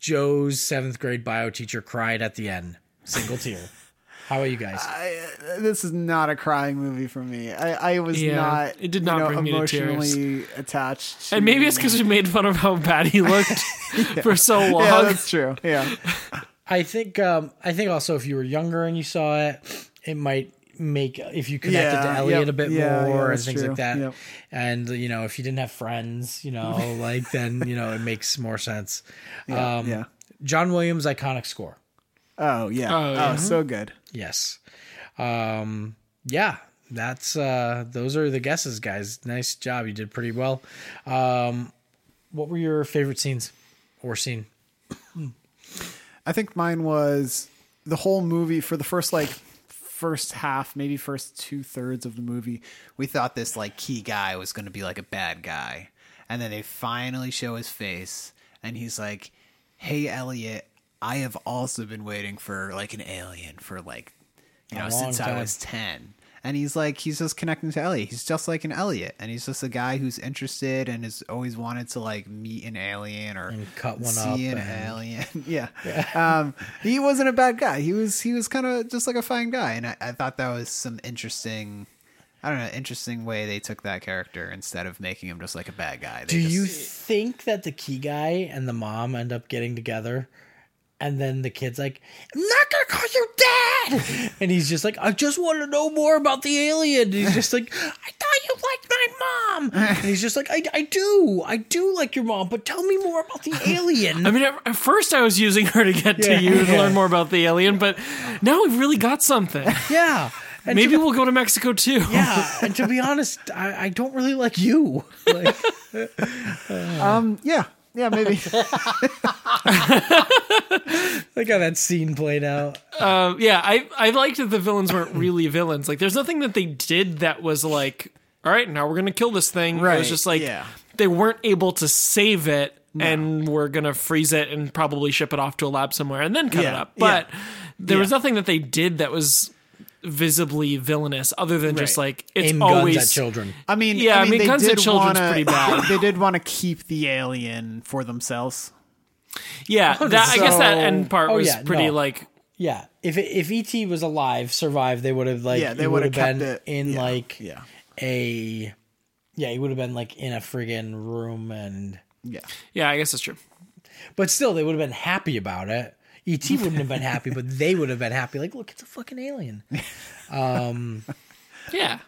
[SPEAKER 2] Joe's seventh grade bio teacher cried at the end, single tear. How are you guys?
[SPEAKER 4] this is not a crying movie for me. I, I was
[SPEAKER 3] Yeah,
[SPEAKER 4] not.
[SPEAKER 3] it did
[SPEAKER 4] you
[SPEAKER 3] not
[SPEAKER 4] know,
[SPEAKER 3] bring me to tears.
[SPEAKER 4] emotionally attached. To,
[SPEAKER 3] And maybe it's because we made fun of how bad he looked for so long.
[SPEAKER 4] yeah, that's true. Yeah,
[SPEAKER 2] I think um, I think also if you were younger and you saw it, it might make if you connected to
[SPEAKER 4] Yeah,
[SPEAKER 2] Elliot
[SPEAKER 4] yep,
[SPEAKER 2] a bit
[SPEAKER 4] yeah, yeah,
[SPEAKER 2] more and
[SPEAKER 4] that's
[SPEAKER 2] things
[SPEAKER 4] true,
[SPEAKER 2] like that.
[SPEAKER 4] yep.
[SPEAKER 2] And you know, if you didn't have friends, you know, like then you know it makes more sense. um,
[SPEAKER 4] yeah.
[SPEAKER 2] John Williams iconic score.
[SPEAKER 4] Oh yeah.
[SPEAKER 3] Oh,
[SPEAKER 4] Oh,
[SPEAKER 3] yeah.
[SPEAKER 4] so good.
[SPEAKER 2] Yes. Um, yeah, that's uh, those are the guesses, guys. Nice job. You did pretty well. Um, what were your favorite scenes or scene?
[SPEAKER 4] I think mine was the whole movie for the first like
[SPEAKER 1] First half, maybe first two thirds of the movie.
[SPEAKER 4] we thought this like key guy was going to be like a bad guy and then they finally show his face and he's like hey elliot i have also been waiting for like an alien for like you know
[SPEAKER 2] long
[SPEAKER 4] since
[SPEAKER 2] time.
[SPEAKER 4] i was 10 and he's like he's just connecting to elliot he's just like an elliot and he's just a guy who's interested and has always wanted to like meet an alien or
[SPEAKER 2] cut one
[SPEAKER 4] see
[SPEAKER 2] up
[SPEAKER 4] an
[SPEAKER 2] and-
[SPEAKER 4] alien yeah, Um, he wasn't a bad guy he was he was kind of just like a fine guy and I, I thought that was some interesting I don't know, interesting way they took that character instead of making him just like a bad guy. They
[SPEAKER 2] Do
[SPEAKER 4] just-
[SPEAKER 2] you think that the key guy and the mom end up getting together? And then the kid's like, I'm not gonna call you dad. And he's just like, I just want to know more about the alien. And he's just like, I thought you liked my mom. And he's just like, I, I do. I do like your mom, but tell me more about the alien.
[SPEAKER 3] I mean, at, at first I was using her to get to you to learn more about the alien, but now we've really got something.
[SPEAKER 2] yeah. And
[SPEAKER 3] Maybe
[SPEAKER 2] to-
[SPEAKER 3] we'll go to Mexico too.
[SPEAKER 2] yeah. And to be honest, I, I don't really like you. Like,
[SPEAKER 4] um, yeah, yeah, maybe.
[SPEAKER 2] like how that scene played out.
[SPEAKER 3] Um, yeah, I, I liked that the villains weren't really villains. Like, there's nothing that they did that was like, all right, now we're going to kill this thing. It
[SPEAKER 4] Right,
[SPEAKER 3] was just like,
[SPEAKER 4] yeah.
[SPEAKER 3] they weren't able to save it, and we're going to freeze it and probably ship it off to a lab somewhere and then cut it
[SPEAKER 4] Yeah,
[SPEAKER 3] up. But there was nothing that they did that was visibly villainous other than just
[SPEAKER 1] Right.
[SPEAKER 3] like, it's
[SPEAKER 2] Aim
[SPEAKER 3] always.
[SPEAKER 2] guns at children.
[SPEAKER 4] I mean,
[SPEAKER 3] Yeah, I mean,
[SPEAKER 4] they
[SPEAKER 3] Guns and
[SPEAKER 4] did
[SPEAKER 3] Children's
[SPEAKER 4] wanna-
[SPEAKER 3] pretty bad.
[SPEAKER 1] they did want to keep the alien for themselves.
[SPEAKER 3] Yeah, that, I guess that
[SPEAKER 2] So-
[SPEAKER 3] end part
[SPEAKER 2] Oh,
[SPEAKER 3] was
[SPEAKER 2] yeah,
[SPEAKER 3] pretty
[SPEAKER 2] no.
[SPEAKER 3] like
[SPEAKER 2] Yeah, if it, if ET was alive, survived, they would have like
[SPEAKER 4] Yeah, they
[SPEAKER 2] it
[SPEAKER 4] would
[SPEAKER 2] would have
[SPEAKER 4] have kept
[SPEAKER 2] been
[SPEAKER 4] it.
[SPEAKER 2] in
[SPEAKER 4] Yeah,
[SPEAKER 2] like
[SPEAKER 4] yeah.
[SPEAKER 2] a yeah, he would have been like in a friggin' room and
[SPEAKER 4] Yeah,
[SPEAKER 3] yeah, I guess that's true.
[SPEAKER 2] but still they would have been happy about it. ET wouldn't have been happy, but they would have been happy. Like, look, it's a fucking alien. Do
[SPEAKER 3] Yeah.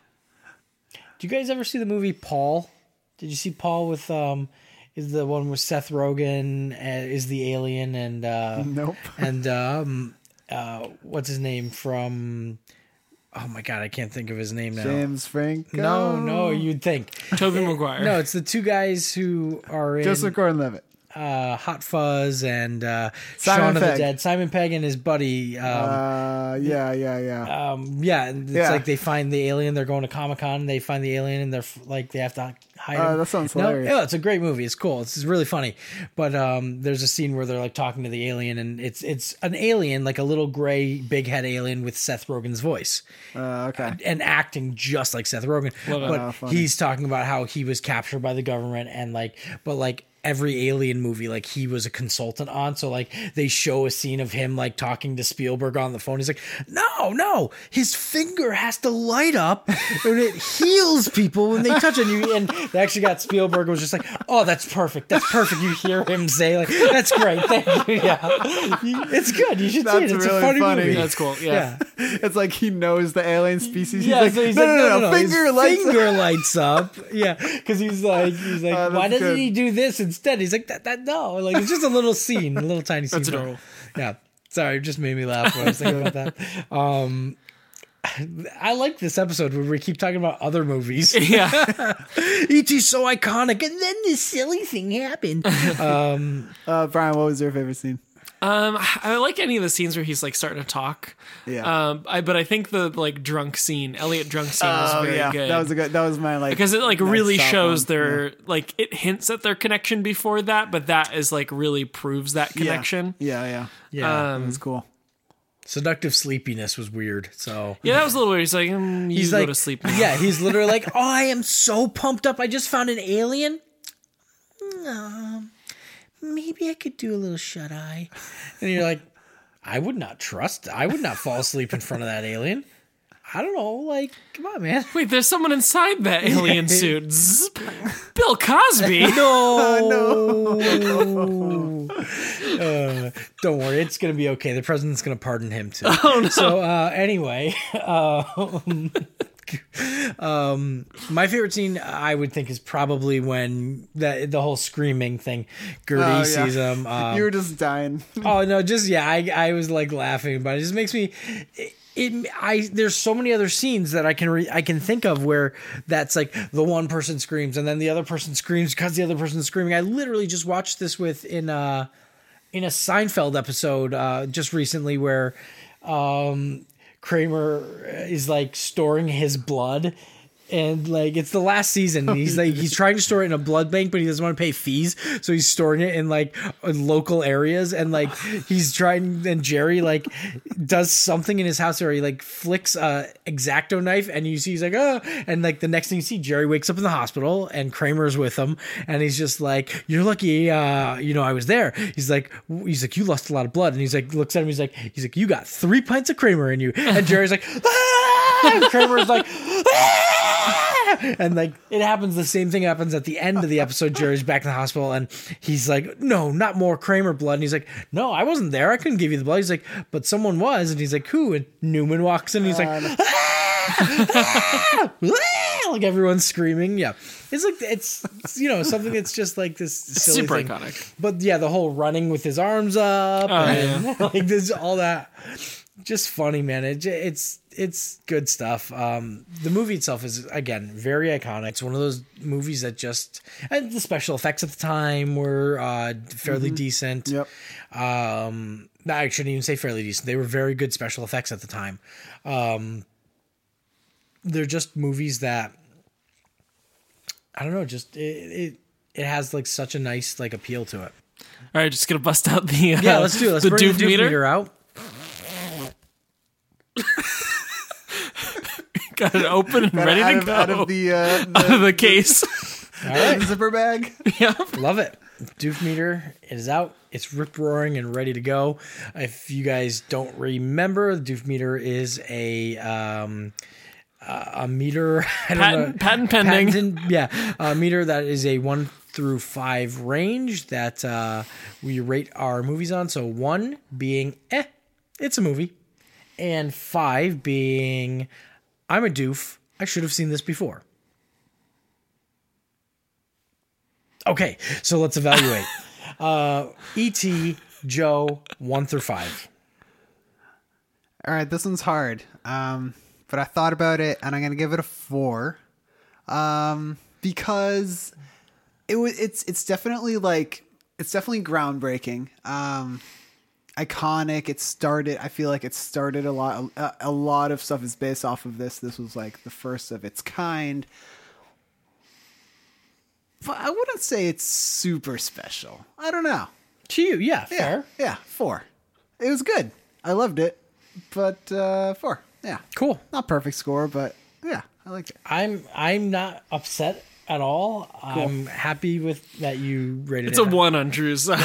[SPEAKER 2] you guys ever see the movie Paul? Did you see Paul with um is the one with Seth Rogen uh, is the alien and uh
[SPEAKER 4] nope.
[SPEAKER 2] and um uh what's his name from Oh my god, I can't think of his name now.
[SPEAKER 4] James Franco.
[SPEAKER 2] No, Oh,
[SPEAKER 4] Oh.
[SPEAKER 2] no, you'd think.
[SPEAKER 3] Toby Maguire.
[SPEAKER 2] No, it's the two guys who are in
[SPEAKER 4] Joseph Gordon-Levitt.
[SPEAKER 2] uh, Hot Fuzz and uh,
[SPEAKER 4] Simon
[SPEAKER 2] Shaun of the
[SPEAKER 4] Pegg.
[SPEAKER 2] Dead. Simon Pegg and his buddy. Um,
[SPEAKER 4] Uh, yeah, yeah, yeah.
[SPEAKER 2] um, yeah, and it's
[SPEAKER 4] yeah.
[SPEAKER 2] like they find the alien. They're going to Comic Con. They find the alien and they're f- like they have to hide.
[SPEAKER 4] Uh,
[SPEAKER 2] him.
[SPEAKER 4] that sounds
[SPEAKER 2] No,
[SPEAKER 4] hilarious.
[SPEAKER 2] yeah, it's a great movie. It's cool. It's, it's really funny. But um, there's a scene where they're like talking to the alien, and it's it's an alien, like a little gray, big head alien with Seth Rogen's voice.
[SPEAKER 4] Uh, okay.
[SPEAKER 2] and acting just like Seth Rogen.
[SPEAKER 3] Love it.
[SPEAKER 2] but he's talking about how he was captured by the government and like, but like every alien movie like he was a consultant on so like they show a scene of him like talking to spielberg on the phone he's like no no his finger has to light up and it heals people when they touch it you and they actually got spielberg was just like oh that's perfect that's perfect you hear him say like that's great thank you yeah it's good you should see it
[SPEAKER 4] That's
[SPEAKER 2] it's a
[SPEAKER 4] really
[SPEAKER 2] funny,
[SPEAKER 4] funny.
[SPEAKER 2] movie
[SPEAKER 3] That's cool. Yeah.
[SPEAKER 2] yeah
[SPEAKER 4] It's like he knows the alien species. He's
[SPEAKER 2] yeah,
[SPEAKER 4] like,
[SPEAKER 2] so he's
[SPEAKER 4] no,
[SPEAKER 2] like,
[SPEAKER 4] no, no, no, finger
[SPEAKER 2] his
[SPEAKER 4] lights.
[SPEAKER 2] finger lights up. Yeah, because he's like, he's like,
[SPEAKER 4] Uh,
[SPEAKER 2] why
[SPEAKER 4] that's
[SPEAKER 2] doesn't
[SPEAKER 4] good.
[SPEAKER 2] he do this instead? He's like, that, that, no, like it's just a little scene, a little tiny scene.
[SPEAKER 3] That's
[SPEAKER 2] but-
[SPEAKER 3] adorable.
[SPEAKER 2] Yeah, sorry, it just made me laugh when I was thinking about that. Um, I like this episode where we keep talking about other movies.
[SPEAKER 3] Yeah.
[SPEAKER 2] E.T.'s so iconic, and then this silly thing happened.
[SPEAKER 4] Uh, Brian, what was your favorite scene?
[SPEAKER 3] Um, I like any of the scenes where he's like starting to talk.
[SPEAKER 4] Yeah.
[SPEAKER 3] Um, I, but I think the like drunk scene, Elliot drunk scene was very good.
[SPEAKER 4] that was a good. That was my like
[SPEAKER 3] because it like
[SPEAKER 4] next
[SPEAKER 3] really
[SPEAKER 4] top
[SPEAKER 3] shows
[SPEAKER 4] one.
[SPEAKER 3] their like it hints at their connection before that, but that is like really proves that
[SPEAKER 4] Yeah.
[SPEAKER 3] connection.
[SPEAKER 4] Yeah, yeah, yeah.
[SPEAKER 2] yeah,
[SPEAKER 3] Um,
[SPEAKER 4] It's cool.
[SPEAKER 2] seductive sleepiness was weird. So
[SPEAKER 3] yeah, that was a little weird. He's like, mm, you
[SPEAKER 2] he's
[SPEAKER 3] go
[SPEAKER 2] like,
[SPEAKER 3] to sleep. now.
[SPEAKER 2] yeah, he's literally like, oh, I am so pumped up. I just found an alien. Um, maybe I could do a little shut eye. And you're like, I would not trust. I would not fall asleep in front of that alien. I don't know. Like, come on, man.
[SPEAKER 3] Wait, there's someone inside that alien suit. Zzz. Bill Cosby.
[SPEAKER 2] No, no. uh, don't worry, it's gonna be okay. The president's gonna pardon him too. Oh no. So uh, anyway, um, um, my favorite scene I would think is probably when that the whole screaming thing. Gertie
[SPEAKER 4] Oh, yeah.
[SPEAKER 2] sees him. Um,
[SPEAKER 4] you were just dying.
[SPEAKER 2] oh no just yeah i i was like laughing but it just makes me it, it i there's so many other scenes that i can re, i can think of where that's like the one person screams and then the other person screams because the other person's screaming i literally just watched this with in uh in a seinfeld episode uh just recently where um kramer is like storing his blood and like it's the last season and he's like he's trying to store it in a blood bank but he doesn't want to pay fees so he's storing it in like in local areas and like he's trying and jerry like does something in his house where he like flicks uh, a exacto knife and you see he's like oh and like the next thing you see jerry wakes up in the hospital and kramer's with him and he's just like you're lucky uh you know i was there he's like he's like you lost a lot of blood and he's like looks at him he's like he's like you got three pints of kramer in you and jerry's like ah! and kramer's like "Ah!" and like it happens the same thing happens at the end of the episode jerry's back in the hospital and he's like no not more kramer blood and he's like no i wasn't there i couldn't give you the blood he's like but someone was and he's like who and newman walks in and he's like like everyone's screaming yeah it's like it's it's, you know something that's just like this silly
[SPEAKER 3] super
[SPEAKER 2] thing.
[SPEAKER 3] iconic.
[SPEAKER 2] but yeah the whole running with his arms up and like this all that just funny man it, j- it's it's good stuff um the movie itself is again very iconic it's one of those movies that just and the special effects at the time were uh fairly decent
[SPEAKER 4] Yep.
[SPEAKER 2] um no, i shouldn't even say fairly decent they were very good special effects at the time um they're just movies that i don't know just it it, it has like such a nice like appeal to it
[SPEAKER 3] All right, just gonna bust out the uh,
[SPEAKER 2] yeah let's do it. let's
[SPEAKER 3] the
[SPEAKER 2] bring
[SPEAKER 3] doof
[SPEAKER 2] the doof
[SPEAKER 3] meter.
[SPEAKER 2] meter, out
[SPEAKER 3] Got it open and ready
[SPEAKER 4] out
[SPEAKER 3] to
[SPEAKER 4] of,
[SPEAKER 3] go
[SPEAKER 4] out of the, uh,
[SPEAKER 3] Out
[SPEAKER 4] the
[SPEAKER 3] of the case.
[SPEAKER 2] all right
[SPEAKER 4] zipper bag.
[SPEAKER 3] yep.
[SPEAKER 2] Love it. Doof meter is out. It's rip roaring and ready to go. If you guys don't remember, the Doof meter is a um, uh, a meter. I don't
[SPEAKER 3] Patent-
[SPEAKER 2] know.
[SPEAKER 3] patent pending.
[SPEAKER 2] Patent- yeah, a meter that is a one through five range that uh, we rate our movies on. So one being eh, it's a movie, and five being I'm a doof. I should have seen this before. Okay, so let's evaluate. uh, E.T., Joe, one through five.
[SPEAKER 4] All right, this one's hard. Um, but I thought about it, and I'm gonna give it a four, um, because it was it's it's definitely like it's definitely groundbreaking, um, iconic. It started. I feel like it started a lot. A, a lot of stuff is based off of this. This was like the first of its kind. But I wouldn't say it's super special. I don't know.
[SPEAKER 2] To you, yeah,
[SPEAKER 4] Yeah,
[SPEAKER 2] fair.
[SPEAKER 4] yeah, four. It was good. I loved it, but uh, four. Yeah,
[SPEAKER 2] Cool.
[SPEAKER 4] not perfect score, but yeah, I liked it.
[SPEAKER 2] I'm I'm not upset at all. I'm happy with that you rated
[SPEAKER 3] It's
[SPEAKER 2] it.
[SPEAKER 3] a one on Drew's side.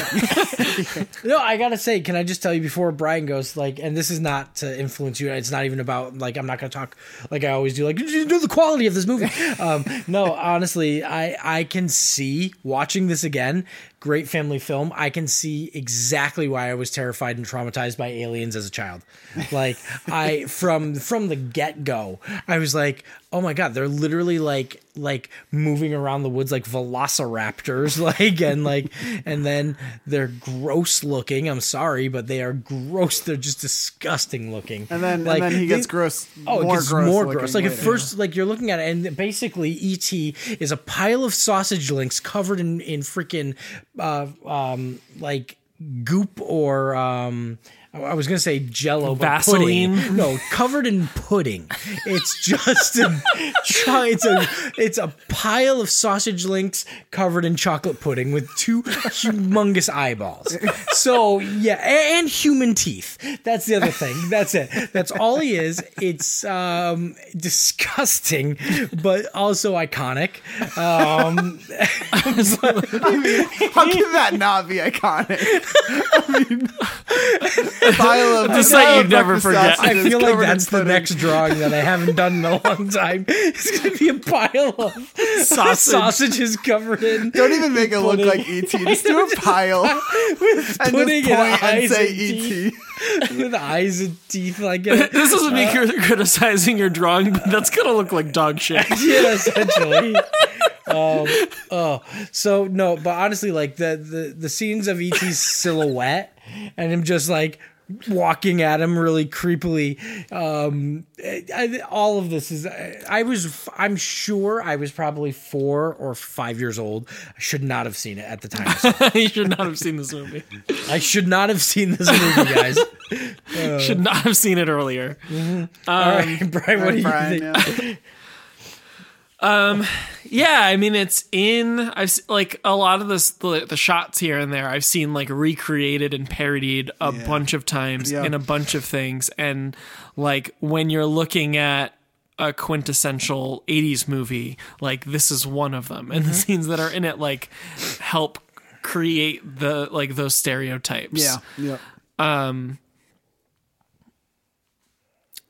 [SPEAKER 2] No, I gotta say, can I just tell you before Brian goes, like, and this is not to influence you, and it's not even about, like, I'm not gonna talk like I always do, like, "Did you know the quality of this movie. Um, no, honestly, I, I can see watching this again, great family film. I can see exactly why I was terrified and traumatized by aliens as a child. Like, I, from, from the get go, I was like, oh my God, they're literally like, like moving around the woods like velociraptors like and like and then they're gross looking i'm sorry but they are gross they're just disgusting looking
[SPEAKER 4] And then, and then he gets
[SPEAKER 2] they-
[SPEAKER 4] gross.
[SPEAKER 2] oh it
[SPEAKER 4] more
[SPEAKER 2] gets
[SPEAKER 4] gross.
[SPEAKER 2] more
[SPEAKER 4] looking
[SPEAKER 2] gross like at
[SPEAKER 4] later.
[SPEAKER 2] first like you're looking at it and basically et is a pile of sausage links covered in in freaking uh um like goop or um I- I was gonna say Jello, but
[SPEAKER 3] Vaseline?
[SPEAKER 2] pudding. No, covered in pudding. It's just a, cho- it's a it's a pile of sausage links covered in chocolate pudding with two humongous eyeballs. So yeah, a- and human teeth. That's the other thing. That's it. That's all he is. It's um, disgusting, but also iconic. Um,
[SPEAKER 4] How can that not be iconic? I mean, a pile of
[SPEAKER 3] Just
[SPEAKER 4] a pile
[SPEAKER 3] like you'd
[SPEAKER 4] of
[SPEAKER 3] never
[SPEAKER 4] breakfast
[SPEAKER 3] forget.
[SPEAKER 4] sausages
[SPEAKER 2] I feel like
[SPEAKER 4] covered in
[SPEAKER 2] that's the
[SPEAKER 4] pudding.
[SPEAKER 2] next drawing that I haven't done in a long time. It's gonna be a pile of
[SPEAKER 3] Sausage.
[SPEAKER 2] sausages covered in
[SPEAKER 4] Don't even make it look
[SPEAKER 2] Pudding.
[SPEAKER 4] like ET. Just do a pile
[SPEAKER 2] with
[SPEAKER 4] and
[SPEAKER 2] pudding
[SPEAKER 4] just
[SPEAKER 2] and
[SPEAKER 4] point and,
[SPEAKER 2] eyes
[SPEAKER 4] say E
[SPEAKER 2] and
[SPEAKER 4] ET.
[SPEAKER 2] teeth. with eyes and teeth. Like it.
[SPEAKER 3] this isn't me cr- criticizing your drawing, but that's gonna look like dog shit.
[SPEAKER 2] yeah, essentially. um, oh, so no, but honestly, like the the the scenes of ET's silhouette and him just like walking at him really creepily. Um, I, I- all of this is. I, I was. I'm sure I was probably four or five years old. I should not have seen it at the time.
[SPEAKER 3] you should not have seen this movie.
[SPEAKER 2] I should not have seen this movie, guys.
[SPEAKER 3] Should not have seen it earlier.
[SPEAKER 2] all right, Brian, what do you
[SPEAKER 4] Brian,
[SPEAKER 2] think?
[SPEAKER 4] yeah.
[SPEAKER 3] Yeah, I mean it's in I've s- like a lot of this the, the shots here and there I've seen like recreated and parodied a bunch of times
[SPEAKER 4] Yeah.
[SPEAKER 3] in a bunch of things and like when you're looking at a quintessential 80s movie like this is one of them
[SPEAKER 4] Mm-hmm.
[SPEAKER 3] and the scenes that are in it like help create the like those stereotypes.
[SPEAKER 4] yeah, yeah.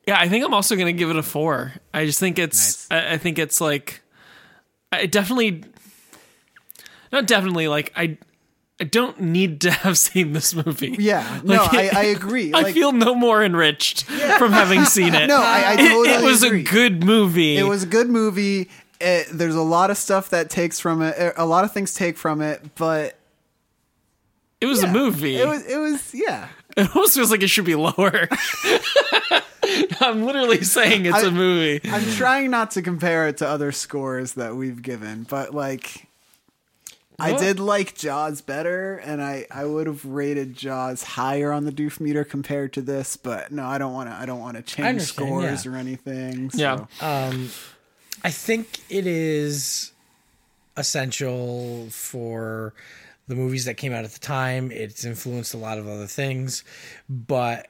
[SPEAKER 3] Yeah, I think I'm also gonna give it a four. I just think it's I, I think it's like I definitely not definitely like I I don't need to have seen this movie.
[SPEAKER 4] Yeah, no,
[SPEAKER 3] Like,
[SPEAKER 4] I, I agree. Like,
[SPEAKER 3] I feel no more enriched from having seen it.
[SPEAKER 4] no, I, I
[SPEAKER 3] It-
[SPEAKER 4] totally
[SPEAKER 3] it, was
[SPEAKER 4] agree.
[SPEAKER 3] a good movie.
[SPEAKER 4] It was a good movie. It, there's a lot of stuff that takes from it. er, A lot of things take from it, but
[SPEAKER 3] It was a movie.
[SPEAKER 4] it was it was yeah.
[SPEAKER 3] It almost feels like it should be lower. I'm literally saying it's a
[SPEAKER 4] I-
[SPEAKER 3] movie.
[SPEAKER 4] I'm trying not to compare it to other scores that we've given, but like I did like Jaws better and I I would have rated Jaws higher on the doof meter compared to this, but no, I don't want to I don't want to change
[SPEAKER 2] understand,
[SPEAKER 4] scores
[SPEAKER 2] yeah.
[SPEAKER 4] or anything. So.
[SPEAKER 3] Yeah.
[SPEAKER 2] I think it is essential for the movies that came out at the time. It's influenced a lot of other things, but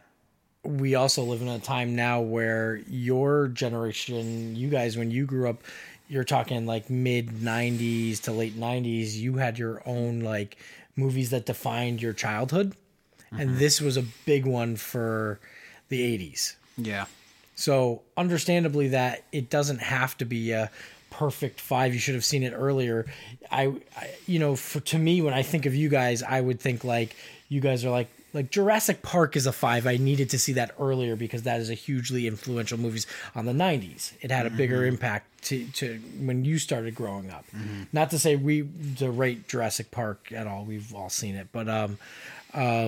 [SPEAKER 2] we also live in a time now where your generation, you guys, when you grew up, you're talking like mid 90s to late 90s, you had your own like movies that defined your childhood. And this was a big one for the 80s.
[SPEAKER 4] Yeah.
[SPEAKER 2] So, understandably, that it doesn't have to be a perfect five. You should have seen it earlier. I, I you know, for to me, when I think of you guys, I would think like you guys are like like Jurassic Park is a five. I needed to see that earlier because that is a hugely influential movies on the '90s. It had a bigger
[SPEAKER 1] Mm-hmm.
[SPEAKER 2] impact to, to when you started growing up. Not to say we to rate Jurassic Park at all. We've all seen it, but um,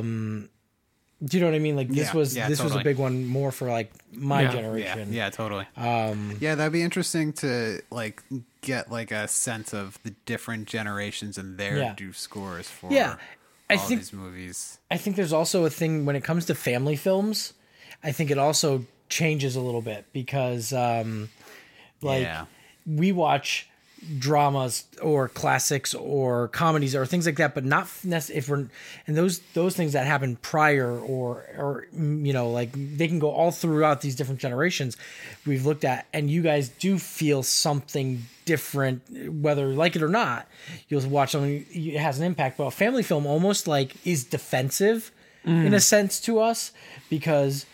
[SPEAKER 2] do you know what I mean? Like this
[SPEAKER 1] Yeah,
[SPEAKER 2] was
[SPEAKER 1] yeah,
[SPEAKER 2] this was a
[SPEAKER 1] totally.
[SPEAKER 2] big one more for like my
[SPEAKER 3] Yeah,
[SPEAKER 2] generation.
[SPEAKER 1] Yeah, yeah, totally.
[SPEAKER 2] Um,
[SPEAKER 4] Yeah, that'd be interesting to like get like a sense of the different generations and their
[SPEAKER 2] Yeah.
[SPEAKER 4] doof scores for
[SPEAKER 2] Yeah, I
[SPEAKER 4] all
[SPEAKER 2] think-
[SPEAKER 4] these movies.
[SPEAKER 2] I think there's also a thing when it comes to family films. I think it also changes a little bit because, um, like,
[SPEAKER 4] yeah.
[SPEAKER 2] we watch dramas or classics or comedies or things like that, but not nec- if we're and those those things that happen prior or or mm, you know like they can go all throughout these different generations we've looked at, and you guys do feel something different whether you like it or not. You'll watch something it has an impact, but a family film almost like is defensive in a sense to us because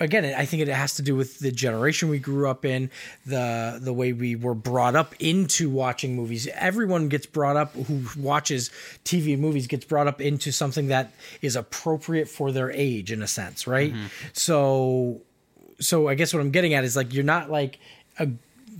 [SPEAKER 2] again, I think it has to do with the generation we grew up in, the the way we were brought up into watching movies. Everyone gets brought up who watches TV and movies gets brought up into something that is appropriate for their age in a sense, right?
[SPEAKER 7] Mm-hmm.
[SPEAKER 2] So so I guess what I'm getting at is like you're not like a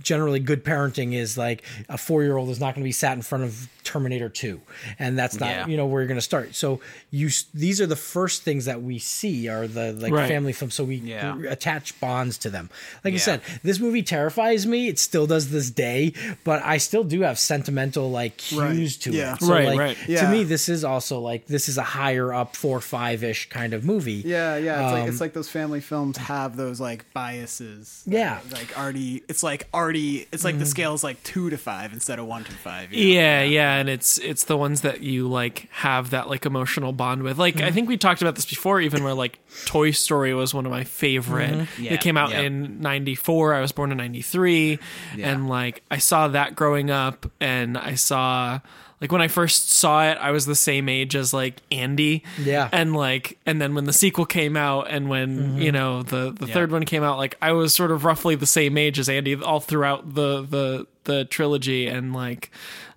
[SPEAKER 2] generally good parenting is like a four year old is not going to be sat in front of Terminator Two, and that's not
[SPEAKER 7] Yeah.
[SPEAKER 2] you know where you're going to start. So you s- these are the first things that we see are the like
[SPEAKER 3] Right.
[SPEAKER 2] family films, so we
[SPEAKER 7] Yeah.
[SPEAKER 2] attach bonds to them. Like you
[SPEAKER 7] Yeah.
[SPEAKER 2] said, this movie terrifies me. It still does this day, but I still do have sentimental like cues
[SPEAKER 4] Right.
[SPEAKER 2] to
[SPEAKER 4] Yeah.
[SPEAKER 2] it. So,
[SPEAKER 3] Right,
[SPEAKER 2] like,
[SPEAKER 3] right.
[SPEAKER 4] Yeah.
[SPEAKER 2] To me, this is also like this is a higher up four five ish kind of movie.
[SPEAKER 4] Yeah, yeah. It's like it's like those family films have those like biases.
[SPEAKER 2] Yeah.
[SPEAKER 4] Like already it's like already it's like the scale's like two to five instead of one to five. you know?
[SPEAKER 3] Yeah, yeah, and it's it's the ones that you like have that like emotional bond with. Like I think we talked about this before, even where like Toy Story was one of my favorite.
[SPEAKER 7] Yeah,
[SPEAKER 3] it came out
[SPEAKER 7] yeah.
[SPEAKER 3] in '94. I was born in '93, and like I saw that growing up, and I saw like when I first saw it, I was the same age as like Andy.
[SPEAKER 2] Yeah.
[SPEAKER 3] and like and then when the sequel came out, and when you know the the third one came out, like I was sort of roughly the same age as Andy all throughout the the the trilogy, and like.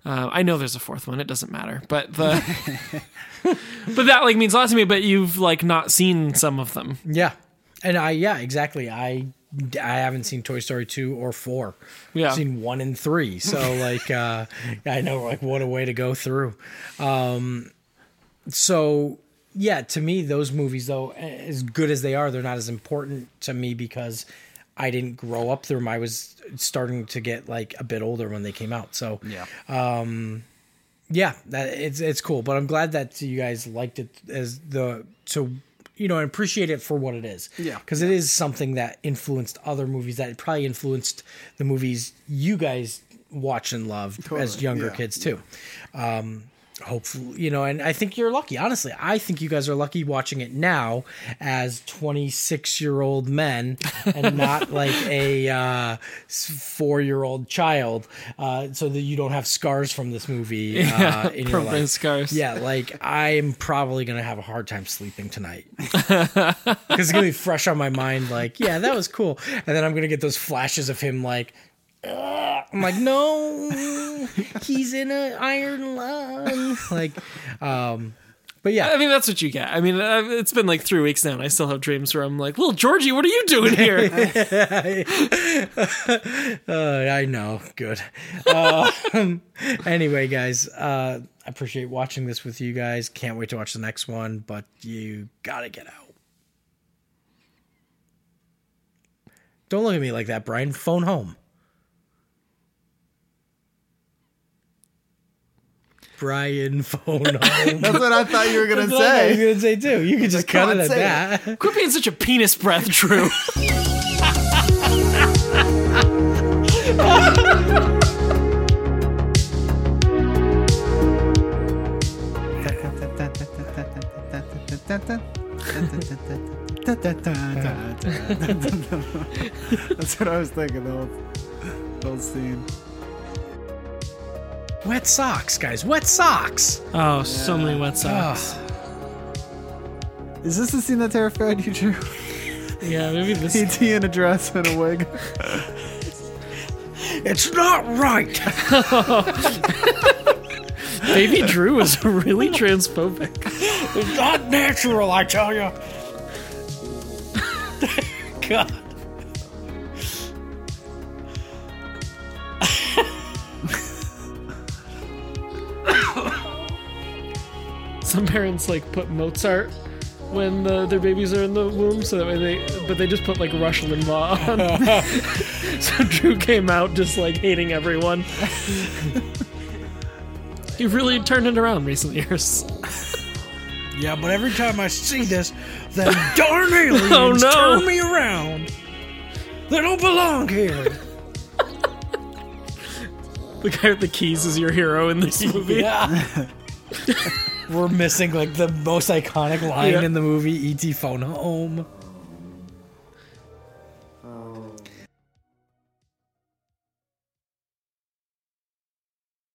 [SPEAKER 3] Uh, I know there's a fourth one. It doesn't matter, but the but that like means a lot to me. But you've like not seen some of them,
[SPEAKER 2] Yeah. And I yeah, exactly. I I haven't seen Toy Story 2 or 4.
[SPEAKER 3] Yeah.
[SPEAKER 2] I've seen 1 and 3. So like uh I know like what a way to go through. Um so yeah, to me those movies though as good as they are, they're not as important to me because I didn't grow up through them. I was starting to get like a bit older when they came out. So um,
[SPEAKER 7] Yeah.
[SPEAKER 2] yeah, that, it's it's cool, but I'm glad that you guys liked it as the to you know and appreciate it for what it is.
[SPEAKER 4] Yeah.
[SPEAKER 2] because it is something that influenced other movies that probably influenced the movies you guys watched and loved as
[SPEAKER 4] Totally,
[SPEAKER 2] younger
[SPEAKER 4] yeah,
[SPEAKER 2] kids too. Um, hopefully, you know, and I think you're lucky. Honestly, I think you guys are lucky watching it now as 26 year old men and not like a uh, four year old child, uh, so that you don't have scars from this movie uh, in your
[SPEAKER 3] permanent
[SPEAKER 2] life.
[SPEAKER 3] scars.
[SPEAKER 2] Yeah, like I'm probably gonna have a hard time sleeping tonight because it's gonna be fresh on my mind. Like, yeah, that was cool, and then I'm gonna get those flashes of him like. "Ugh." I'm like, no, he's in an iron lung. Like, um, but yeah,
[SPEAKER 3] I mean, that's what you get. I mean, uh, it's been like three weeks now, and I still have dreams where I'm like, "Little Georgie, what are you doing here?"
[SPEAKER 2] Uh, I know. Good. Um, anyway, guys, uh, I appreciate watching this with you guys. Can't wait to watch the next one, but you gotta get out. Don't look at me like that, Brian. Phone home. Brian, phone home.
[SPEAKER 4] That's what I thought you were gonna
[SPEAKER 2] I was
[SPEAKER 4] say.
[SPEAKER 2] gonna say too. You could just cut
[SPEAKER 4] Come
[SPEAKER 2] it
[SPEAKER 4] on,
[SPEAKER 2] at
[SPEAKER 4] say it.
[SPEAKER 2] that.
[SPEAKER 3] Quit being such a penis breath, Drew.
[SPEAKER 4] That's what I was thinking the whole, the whole scene.
[SPEAKER 2] Wet socks, guys. Wet socks.
[SPEAKER 3] oh, so many wet socks.
[SPEAKER 2] Ugh.
[SPEAKER 4] Is this the scene that terrified you, Drew?
[SPEAKER 3] Yeah, maybe this.
[SPEAKER 4] ET in a dress and a wig.
[SPEAKER 2] it's not right.
[SPEAKER 3] Baby Drew is really transphobic.
[SPEAKER 2] It's not natural, I tell you. God.
[SPEAKER 3] Some parents like put Mozart when the, their babies are in the womb, so that way they. But they just put like Rush Limbaugh on. so Drew came out just like hating everyone. He really turned it around recent years.
[SPEAKER 2] Yeah, but every time I see this, them darn aliens
[SPEAKER 3] Oh, no.
[SPEAKER 2] turn me around. They don't belong here.
[SPEAKER 3] the guy with the keys is your hero in this movie.
[SPEAKER 2] Yeah. We're missing like the most iconic line
[SPEAKER 3] Yeah.
[SPEAKER 2] in the movie, E.T. Phone Home.